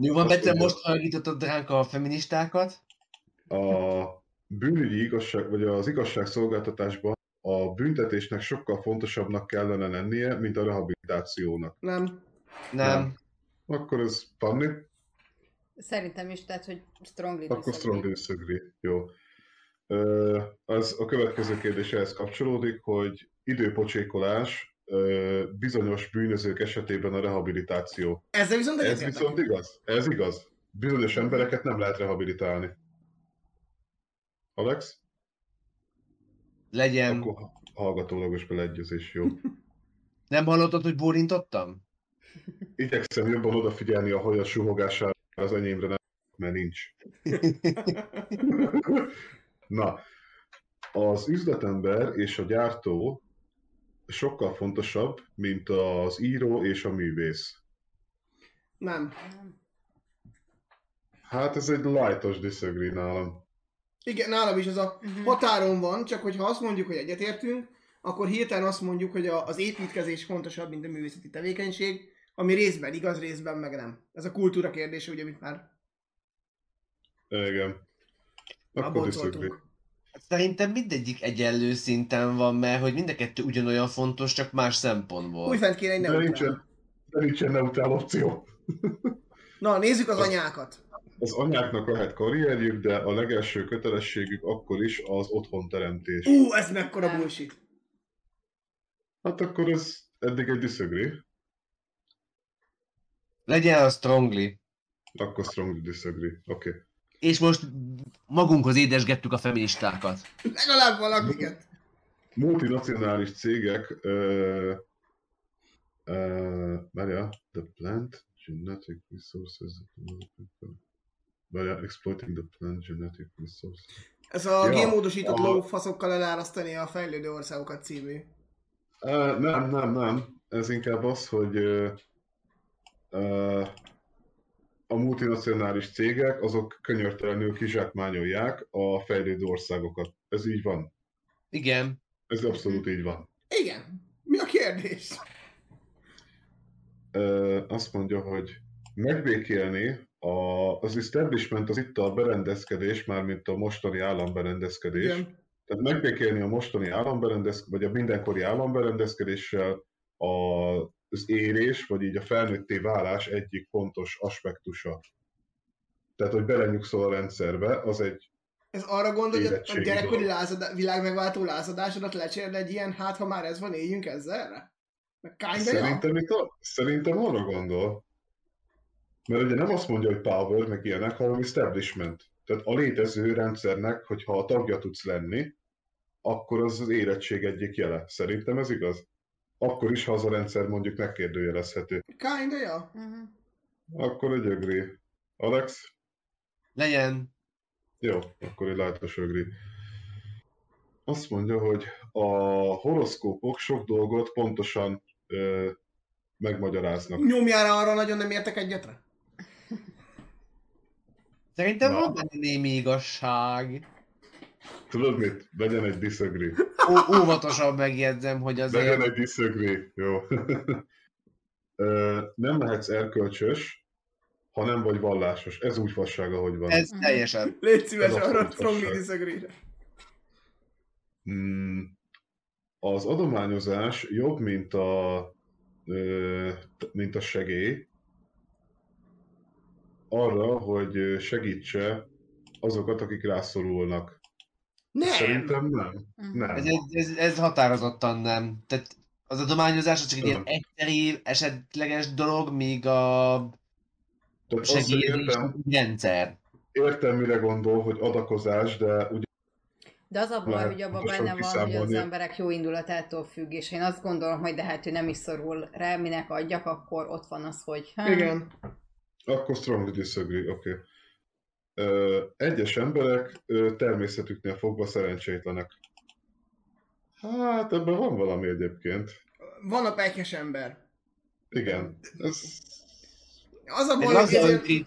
Speaker 2: Jó van,
Speaker 3: Azt
Speaker 2: Bence,
Speaker 3: mondja.
Speaker 2: most hajlítottad ránk a feministákat?
Speaker 3: A bűnügyi igazság, vagy az igazságszolgáltatásban a büntetésnek sokkal fontosabbnak kellene lennie, mint a rehabilitációnak.
Speaker 1: Nem.
Speaker 2: Nem.
Speaker 3: Nem. Akkor ez Panni?
Speaker 4: Szerintem is, tehát, hogy strongly
Speaker 3: Akkor
Speaker 4: disagree.
Speaker 3: strongly disagree. Jó. Ö, Az a következő kérdés ehhez kapcsolódik, hogy időpocsékolás ö, bizonyos bűnözők esetében a rehabilitáció.
Speaker 1: Ezzel viszont
Speaker 3: Ez
Speaker 1: egyetértek.
Speaker 3: viszont igaz. Ez igaz. Bizonyos embereket nem lehet rehabilitálni. Alex?
Speaker 2: Legyen.
Speaker 3: Akkor hallgatólagos beleegyezés, jó.
Speaker 2: Nem hallottad, hogy bólintottam?
Speaker 3: Igyekszem jobban odafigyelni a haja suhogására, az enyémre nem, mert nincs. Na, az üzletember és a gyártó sokkal fontosabb, mint az író és a művész.
Speaker 1: Nem.
Speaker 3: Hát ez egy lightos disagree nálam.
Speaker 1: Igen, nálam is ez a
Speaker 4: Mhm.
Speaker 1: határon van, csak hogyha azt mondjuk, hogy egyetértünk, akkor hirtelen azt mondjuk, hogy a, az építkezés fontosabb, mint a művészeti tevékenység, ami részben igaz, részben meg nem. Ez a kultúra kérdése, ugye, amit már,
Speaker 3: Igen.
Speaker 1: már
Speaker 3: Akkor disagree.
Speaker 1: boncoltunk.
Speaker 2: Hát Szerintem mindegyik egyenlő szinten van, mert hogy mind a kettő ugyanolyan fontos, csak más szempontból.
Speaker 1: Újfent kéne egy
Speaker 3: De
Speaker 1: neutrál.
Speaker 3: nincsen, de nincsen neutrál opció.
Speaker 1: Na, nézzük az
Speaker 3: Az-
Speaker 1: anyákat.
Speaker 3: Az anyáknak lehet karrierjük, de a legelső kötelességük akkor is az otthonteremtés.
Speaker 1: Ú, ez mekkora
Speaker 4: Nem.
Speaker 1: bullshit.
Speaker 3: Hát akkor ez eddig egy disagree,
Speaker 2: Legyen a strongly.
Speaker 3: akkor strong disagree. Oké. Okay.
Speaker 2: És most magunkhoz édesgettük a feministákat.
Speaker 1: Legalább valakiket.
Speaker 3: multinacionális cégek, ö, ö, várjál, the plant genetic resources, várjál, exploiting the plant genetic resources.
Speaker 1: Ez a
Speaker 3: Ja.
Speaker 1: ja, gémódosított
Speaker 3: A-
Speaker 1: lófaszokkal elárasztani a fejlődő országokat című.
Speaker 3: Ö, nem, nem, nem. Ez inkább az, hogy ö, ö, a multinacionális cégek, azok könyörtelenül kizsákmányolják a fejlődő országokat. Ez így van.
Speaker 2: Igen.
Speaker 3: Ez abszolút így van.
Speaker 1: Igen. Mi a kérdés?
Speaker 3: Ö, azt mondja, hogy megbékélni a, az establishment, az itt a berendezkedés, mármint a mostani államberendezkedés,
Speaker 1: Igen.
Speaker 3: Tehát megbékélni a mostani államberendezkedés, vagy a mindenkori államberendezkedéssel a, az érés, vagy így a felnőtté válás egyik fontos aspektusa. Tehát, hogy belenyugszol a rendszerbe, az egy...
Speaker 1: Ez arra gondol, hogy a- a
Speaker 3: Érettségi
Speaker 1: gyerekkori
Speaker 3: dolog.
Speaker 1: lázada, világ megváltó lázadásodat lecserélni egy ilyen, hát ha már ez van, éljünk ezzelre? Meg kányba ja?
Speaker 3: Szerintem, itt a, szerintem arra gondol. Mert ugye nem azt mondja, hogy power, meg ilyenek, hanem establishment. Tehát a létező rendszernek, hogyha a tagja tudsz lenni, akkor az az érettség egyik jele. Szerintem ez igaz. Akkor is, ha az a rendszer mondjuk megkérdőjelezhető.
Speaker 1: Kinda ja?
Speaker 4: Uh-huh.
Speaker 3: Akkor egy ögré. Alex?
Speaker 2: Legyen.
Speaker 3: Jó, akkor egy látos ögré. Azt mondja, hogy a horoszkópok sok dolgot pontosan ö, megmagyaráznak.
Speaker 1: Nyomjára arra nagyon nem értek egyetre.
Speaker 2: Szerintem
Speaker 3: Na.
Speaker 2: van benne némi igazság.
Speaker 3: Tudod mit? Legyen egy disagree.
Speaker 2: Ó, óvatosan megjegyzem, hogy
Speaker 3: Legyen
Speaker 2: azért...
Speaker 3: egy disagree. Jó. Ö, nem lehetsz erkölcsös, ha nem vagy vallásos. Ez úgy fasság, ahogy van.
Speaker 2: Ez
Speaker 4: Mhm.
Speaker 2: teljesen.
Speaker 1: Légy szíves,
Speaker 3: Ez a
Speaker 1: arra
Speaker 3: fontos
Speaker 1: strongly
Speaker 3: ság.
Speaker 1: disagree
Speaker 3: Mm, az adományozás jobb, mint a, ö, t- mint a segély arra, hogy segítse azokat, akik rászorulnak.
Speaker 1: Nem!
Speaker 3: Szerintem nem. Nem.
Speaker 2: Mm. Ez, ez, ez, ez határozottan nem. Tehát az adományozás az csak egy ilyen
Speaker 3: Tudom.
Speaker 2: egyszerű, esetleges dolog, míg a
Speaker 3: Tehát azt hogy
Speaker 2: segélyezés
Speaker 3: értem,
Speaker 2: egy rendszer.
Speaker 3: értem, mire gondol, hogy adakozás, de ugye
Speaker 4: De az a baj,
Speaker 3: Lehet
Speaker 4: hogy abban
Speaker 3: pontosan
Speaker 4: benne van, hogy az
Speaker 3: kiszámolni.
Speaker 4: emberek jó indulatától függ, és én azt gondolom, hogy de hát ő nem is szorul rá, minek adjak, akkor ott van az, hogy... hm,
Speaker 1: Igen.
Speaker 3: Akkor strongly disagree, oké. Okay. Egyes emberek ö, természetüknél fogva szerencsétlenek. Hát ebben van valami egyébként.
Speaker 1: Van a pekes ember.
Speaker 3: Igen. Ez...
Speaker 1: Az a
Speaker 2: Egy
Speaker 1: baj, hogy
Speaker 2: laza,
Speaker 1: ezért...
Speaker 2: ögrit,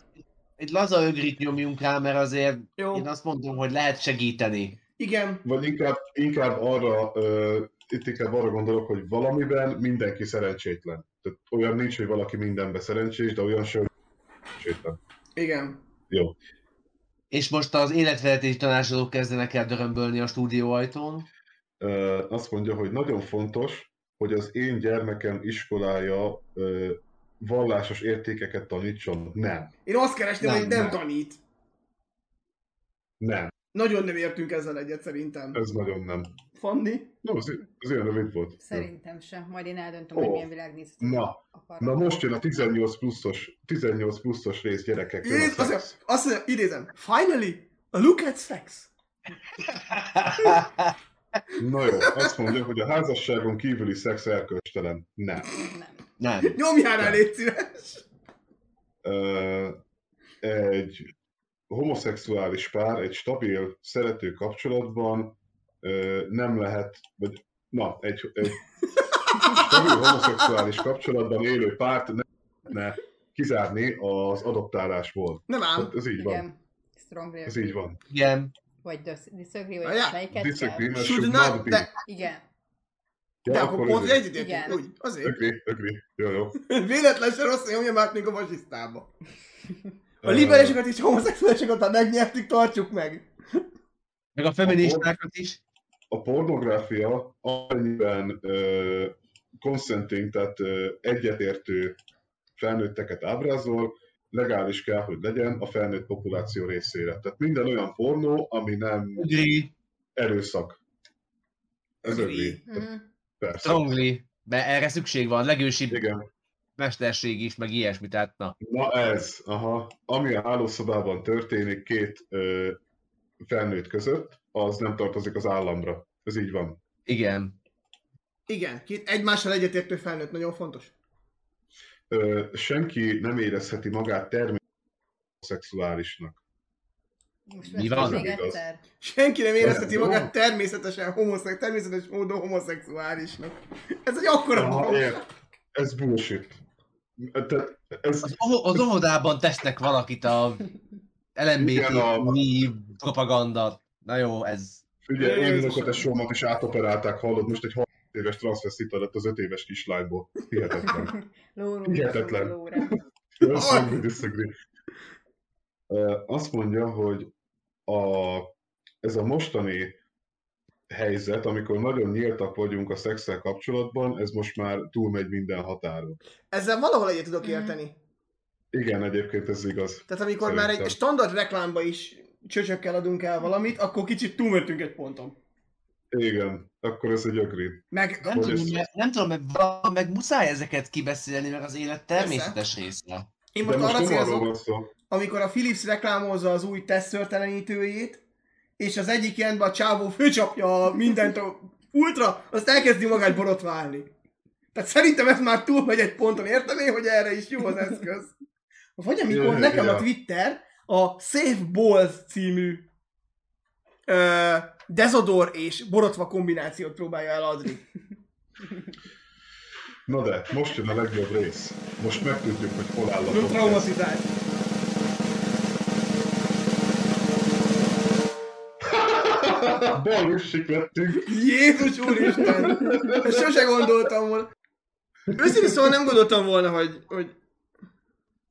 Speaker 2: egy laza ögrit nyomjunk rá, mert azért
Speaker 1: Jó.
Speaker 2: én azt mondom, hogy lehet segíteni.
Speaker 1: Igen.
Speaker 3: Vagy inkább, inkább arra, ö, itt inkább arra gondolok, hogy valamiben mindenki szerencsétlen. Tehát olyan nincs, hogy valaki mindenben szerencsés, de olyan sem, hogy szerencsétlen.
Speaker 1: Igen.
Speaker 3: Jó.
Speaker 2: És most az életvezetési tanácsadók kezdenek el dörömbölni a stúdió ajtón.
Speaker 3: Ö, Azt mondja, hogy nagyon fontos, hogy az én gyermekem iskolája ö, vallásos értékeket tanítson. Nem.
Speaker 1: Én azt keresném,
Speaker 2: Nem,
Speaker 1: hogy nem,
Speaker 2: nem.
Speaker 1: tanít.
Speaker 3: Nem.
Speaker 1: Nagyon nem értünk ezzel egyet szerintem.
Speaker 3: Ez nagyon nem.
Speaker 1: Fanni?
Speaker 3: Jó, az, az olyan rövid volt.
Speaker 4: Szerintem sem. Majd én eldöntöm,
Speaker 3: Ó.
Speaker 4: hogy milyen világnézetet
Speaker 3: Na.
Speaker 4: akarok.
Speaker 3: Na most jön a 18 pluszos, 18 pluszos rész gyerekek. jön a
Speaker 1: Én,
Speaker 3: szex.
Speaker 1: azt, azt mondja, idézem. Finally, a look at sex.
Speaker 3: Na jó, azt mondja, hogy a házasságon kívüli szex erkölcstelen. Nem.
Speaker 4: Nem.
Speaker 2: Nem.
Speaker 1: Nyomjál rá, légy szíves.
Speaker 3: Ö, Egy homoszexuális pár egy stabil, szerető kapcsolatban ö, nem lehet, vagy na, egy, egy stabil homoszexuális kapcsolatban élő párt nem lehetne kizárni az adoptálásból.
Speaker 1: Nem ám.
Speaker 3: Tehát ez így van.
Speaker 4: Igen. Strong
Speaker 3: Ez így van.
Speaker 2: Igen.
Speaker 4: Vagy dis- disagree,
Speaker 1: Na
Speaker 4: vagy
Speaker 1: já,
Speaker 4: melyiket
Speaker 3: Disagree,
Speaker 4: kell.
Speaker 3: mert
Speaker 1: Should
Speaker 3: should
Speaker 1: not,
Speaker 3: not be.
Speaker 1: de-
Speaker 4: Igen.
Speaker 1: De akkor pont
Speaker 3: ezért.
Speaker 1: egyetértünk.
Speaker 4: Igen.
Speaker 1: Úgy, azért.
Speaker 3: Ögri, ögri. Jó, jó.
Speaker 1: Véletlen se rossz, nyomja már még a fasisztába. A
Speaker 3: Ö,
Speaker 1: liberálisokat és homoszexuálisokat, ha megnyertük, tartsuk meg.
Speaker 2: Meg a feministákat is.
Speaker 3: a pornográfia amennyiben ö, konszenting, tehát ö, egyetértő felnőtteket ábrázol, legális kell, hogy legyen a felnőtt populáció részére. Tehát minden olyan pornó, ami nem
Speaker 2: Ugri,
Speaker 3: erőszak. Ez övé,
Speaker 4: Mhm.
Speaker 3: persze.
Speaker 2: strongly. De erre szükség van, legősibb
Speaker 3: Igen.
Speaker 2: mesterség is, meg ilyesmi, tehát na.
Speaker 3: Na ez, aha. ami a hálószobában történik két ö, felnőtt között, az nem tartozik az államra. Ez így van.
Speaker 2: Igen.
Speaker 1: Igen, két egymással egyetértő felnőtt, nagyon fontos.
Speaker 3: Ö, senki nem érezheti magát természetesen szexuálisnak.
Speaker 4: Most
Speaker 2: Mi
Speaker 4: most
Speaker 2: van?
Speaker 4: még
Speaker 3: Nem igaz.
Speaker 4: egyszer.
Speaker 1: Senki nem érezteti
Speaker 3: Jó.
Speaker 1: magát természetesen homoszex, természetes módon homoszexuálisnak. Ez egy akkora
Speaker 3: Aha,
Speaker 1: baj.
Speaker 3: ért. Ez bullshit. Tehát ez,
Speaker 2: Az, ovo- az óvodában tesznek valakit a
Speaker 3: Igen, a-
Speaker 2: LMBTI propaganda. Na jó, ez...
Speaker 3: Ugye
Speaker 1: Jézusom.
Speaker 3: én azokat a somat is átoperálták, hallod, most egy 30 éves transvestita lett az 5 éves kislányból. Hihetetlen.
Speaker 4: Lóró,
Speaker 3: Hihetetlen.
Speaker 4: lóra.
Speaker 3: Disagree, disagree. Ö, Azt mondja, hogy a, ez a mostani helyzet, amikor nagyon nyíltak vagyunk a szexel kapcsolatban, ez most már túlmegy minden határon.
Speaker 1: Ezzel valahol egyet tudok
Speaker 4: Mhm.
Speaker 1: érteni.
Speaker 3: Igen, egyébként ez igaz.
Speaker 1: Tehát amikor Szerintem. már egy
Speaker 3: Szerintem.
Speaker 1: standard reklámba is csöcsökkel adunk el valamit, akkor kicsit túlmentünk egy ponton.
Speaker 3: Igen, akkor ez egy agree.
Speaker 1: Meg
Speaker 2: Nem
Speaker 3: Hogy
Speaker 2: tudom,
Speaker 3: ez-
Speaker 2: mert, nem tudom, mert val- meg muszáj ezeket kibeszélni, mert az élet természetes része.
Speaker 1: én
Speaker 3: De
Speaker 1: most
Speaker 3: most
Speaker 1: arra
Speaker 3: nem arról
Speaker 1: célzok,
Speaker 3: van szó.
Speaker 1: amikor a Philips reklámozza az új tesszörtelenítőjét, és az egyik ilyenben a csávó főcsapja a mindent a ultra, azt elkezdi magát borotválni. Tehát szerintem ez már túl megy egy ponton, értem én, hogy erre is jó az eszköz. Vagy amikor
Speaker 3: Ja,
Speaker 1: nekem
Speaker 3: ja.
Speaker 1: a Twitter a Safe Balls című ö, dezodor és borotva kombinációt próbálja eladni.
Speaker 3: Na de, most jön a legjobb rész. Most megtudjuk, hogy hol áll a
Speaker 1: Nagyon
Speaker 3: podcast.
Speaker 1: traumatizált.
Speaker 3: Balussik lettünk.
Speaker 1: Jézus úristen! Ezt sose gondoltam volna. Őszintén szóval nem gondoltam volna, hogy, hogy,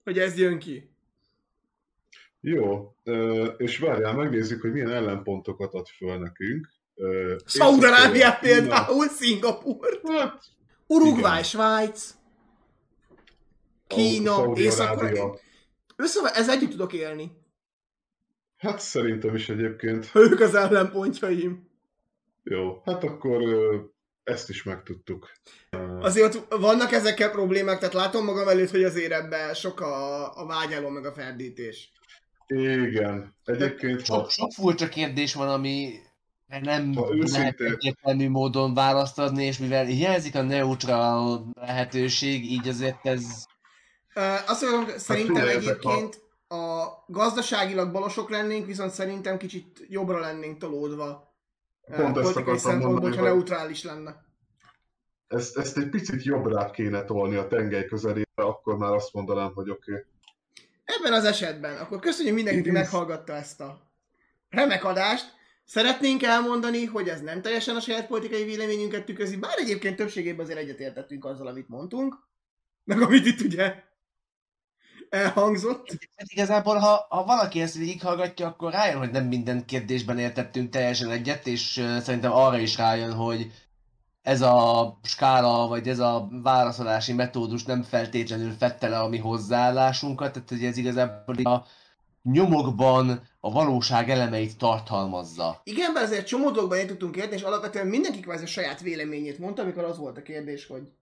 Speaker 1: hogy ez jön ki.
Speaker 3: Jó, ö, és várjál, megnézzük, hogy milyen ellenpontokat ad föl nekünk. Ö,
Speaker 1: Szaudarábiát
Speaker 3: Észak-Korea, Kína.
Speaker 1: például, Szingapurt,
Speaker 3: Hát,
Speaker 1: Uruguay,
Speaker 3: Igen.
Speaker 1: Svájc, Kína,
Speaker 3: Szaudi-Arábia.
Speaker 1: észak Összevel ez együtt tudok élni.
Speaker 3: Hát szerintem is egyébként.
Speaker 1: Ha ők az ellenpontjaim.
Speaker 3: Jó, hát akkor ö, ezt is megtudtuk.
Speaker 1: Azért ott vannak ezekkel problémák, tehát látom magam előtt, hogy azért ebben sok a, a vágyalom meg a ferdítés.
Speaker 3: Igen, egyébként ha...
Speaker 2: Sok, sok furcsa kérdés van, ami nem
Speaker 3: Ha
Speaker 2: lehet
Speaker 3: őszinte-
Speaker 2: egyértelmű módon választ adni, és mivel hiányzik a neutral lehetőség, így azért ez...
Speaker 1: Ö, Azt mondom,
Speaker 3: Hát
Speaker 1: szerintem
Speaker 3: figyeljetek,
Speaker 1: egyébként a gazdaságilag balosok lennénk, viszont szerintem kicsit jobbra lennénk tolódva. Ö,
Speaker 3: Pont ezt
Speaker 1: politikai
Speaker 3: akartam
Speaker 1: szempontból,
Speaker 3: mondani,
Speaker 1: hogyha
Speaker 3: hogy-
Speaker 1: neutrális lenne.
Speaker 3: Ezt, ezt egy picit jobbra kéne tolni a tengely közelébe, akkor már azt mondanám, hogy oké. Okay.
Speaker 1: Ebben az esetben, akkor köszönjük mindenkinek, aki
Speaker 3: Igen.
Speaker 1: meghallgatta ezt a remek adást. Szeretnénk elmondani, hogy ez nem teljesen a saját politikai véleményünket tükrözi, bár egyébként többségében azért egyetértettünk azzal, amit mondtunk, meg amit itt ugye elhangzott.
Speaker 2: Hát igazából, ha, ha valaki ezt végighallgatja, akkor rájön, hogy nem minden kérdésben értettünk teljesen egyet, és ö, szerintem arra is rájön, hogy ez a skála, vagy ez a válaszolási metódus nem feltétlenül fette le a mi hozzáállásunkat, tehát hogy ez igazából a nyomokban a valóság elemeit tartalmazza.
Speaker 1: Igen, bár azért csomó dolgban el tudtunk érni, és alapvetően mindenki kvázi a saját véleményét mondta, amikor az volt a kérdés, hogy,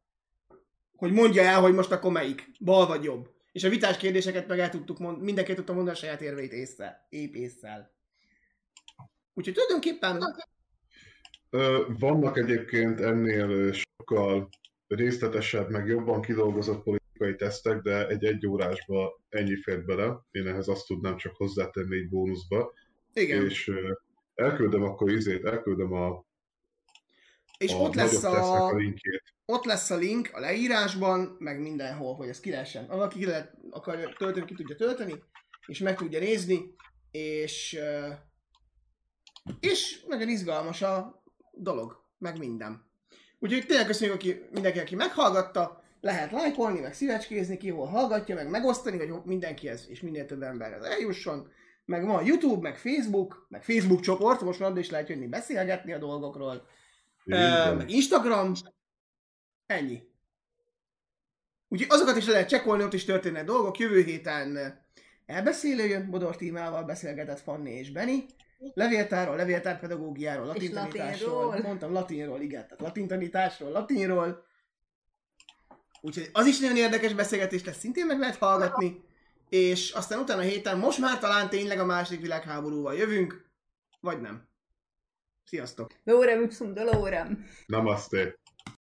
Speaker 1: hogy mondja el, hogy most akkor melyik, bal vagy jobb. És a vitás kérdéseket meg el tudtuk mondani, mindenki tudta mondani a saját érveit észre, épp észre. Úgyhogy tulajdonképpen
Speaker 3: Ö, Vannak egyébként ennél ö, sokkal részletesebb, meg jobban kidolgozott politikai tesztek, de egy egyórásba ennyi fér bele. Én ehhez azt tudnám csak hozzátenni egy bónuszba.
Speaker 1: igen. És,
Speaker 3: És ö, elküldöm akkor izét, elküldöm a,
Speaker 1: és
Speaker 3: a
Speaker 1: ott, lesz
Speaker 3: nagyobb tesztnek
Speaker 1: a,
Speaker 3: a linkjét.
Speaker 1: ott lesz a link a leírásban, meg mindenhol, hogy ez ki lehessen. Aki ki lehet, akarja tölteni, ki tudja tölteni, és meg tudja nézni, és, ö, és nagyon izgalmas a dolog, meg minden. Úgyhogy tényleg köszönjük aki, mindenki, aki meghallgatta, lehet lájkolni, meg szívecskézni, ki hol hallgatja, meg megosztani, hogy mindenkihez és minél több emberhez eljusson. Meg van YouTube, meg Facebook, meg Facebook csoport, most már oda is lehet jönni beszélgetni a dolgokról.
Speaker 3: Így
Speaker 1: Ö,
Speaker 3: van.
Speaker 1: meg Instagram, ennyi. Úgyhogy azokat is le lehet csekkolni, ott is történnek dolgok. Jövő héten ö, elbeszélő jön, Bodor Tímával beszélgetett Fanni és Beni. Levéltárról, levéltár pedagógiáról, latin
Speaker 4: És
Speaker 1: tanításról,
Speaker 4: latinról.
Speaker 1: mondtam latinról, igen, tehát latin tanításról, latinról. Úgyhogy az is nagyon érdekes beszélgetés lesz, szintén meg lehet hallgatni. És aztán utána a héten, most már talán tényleg a második világháborúval jövünk, vagy nem. Sziasztok!
Speaker 4: Lórem, ipsum dolorum.
Speaker 3: Namaste.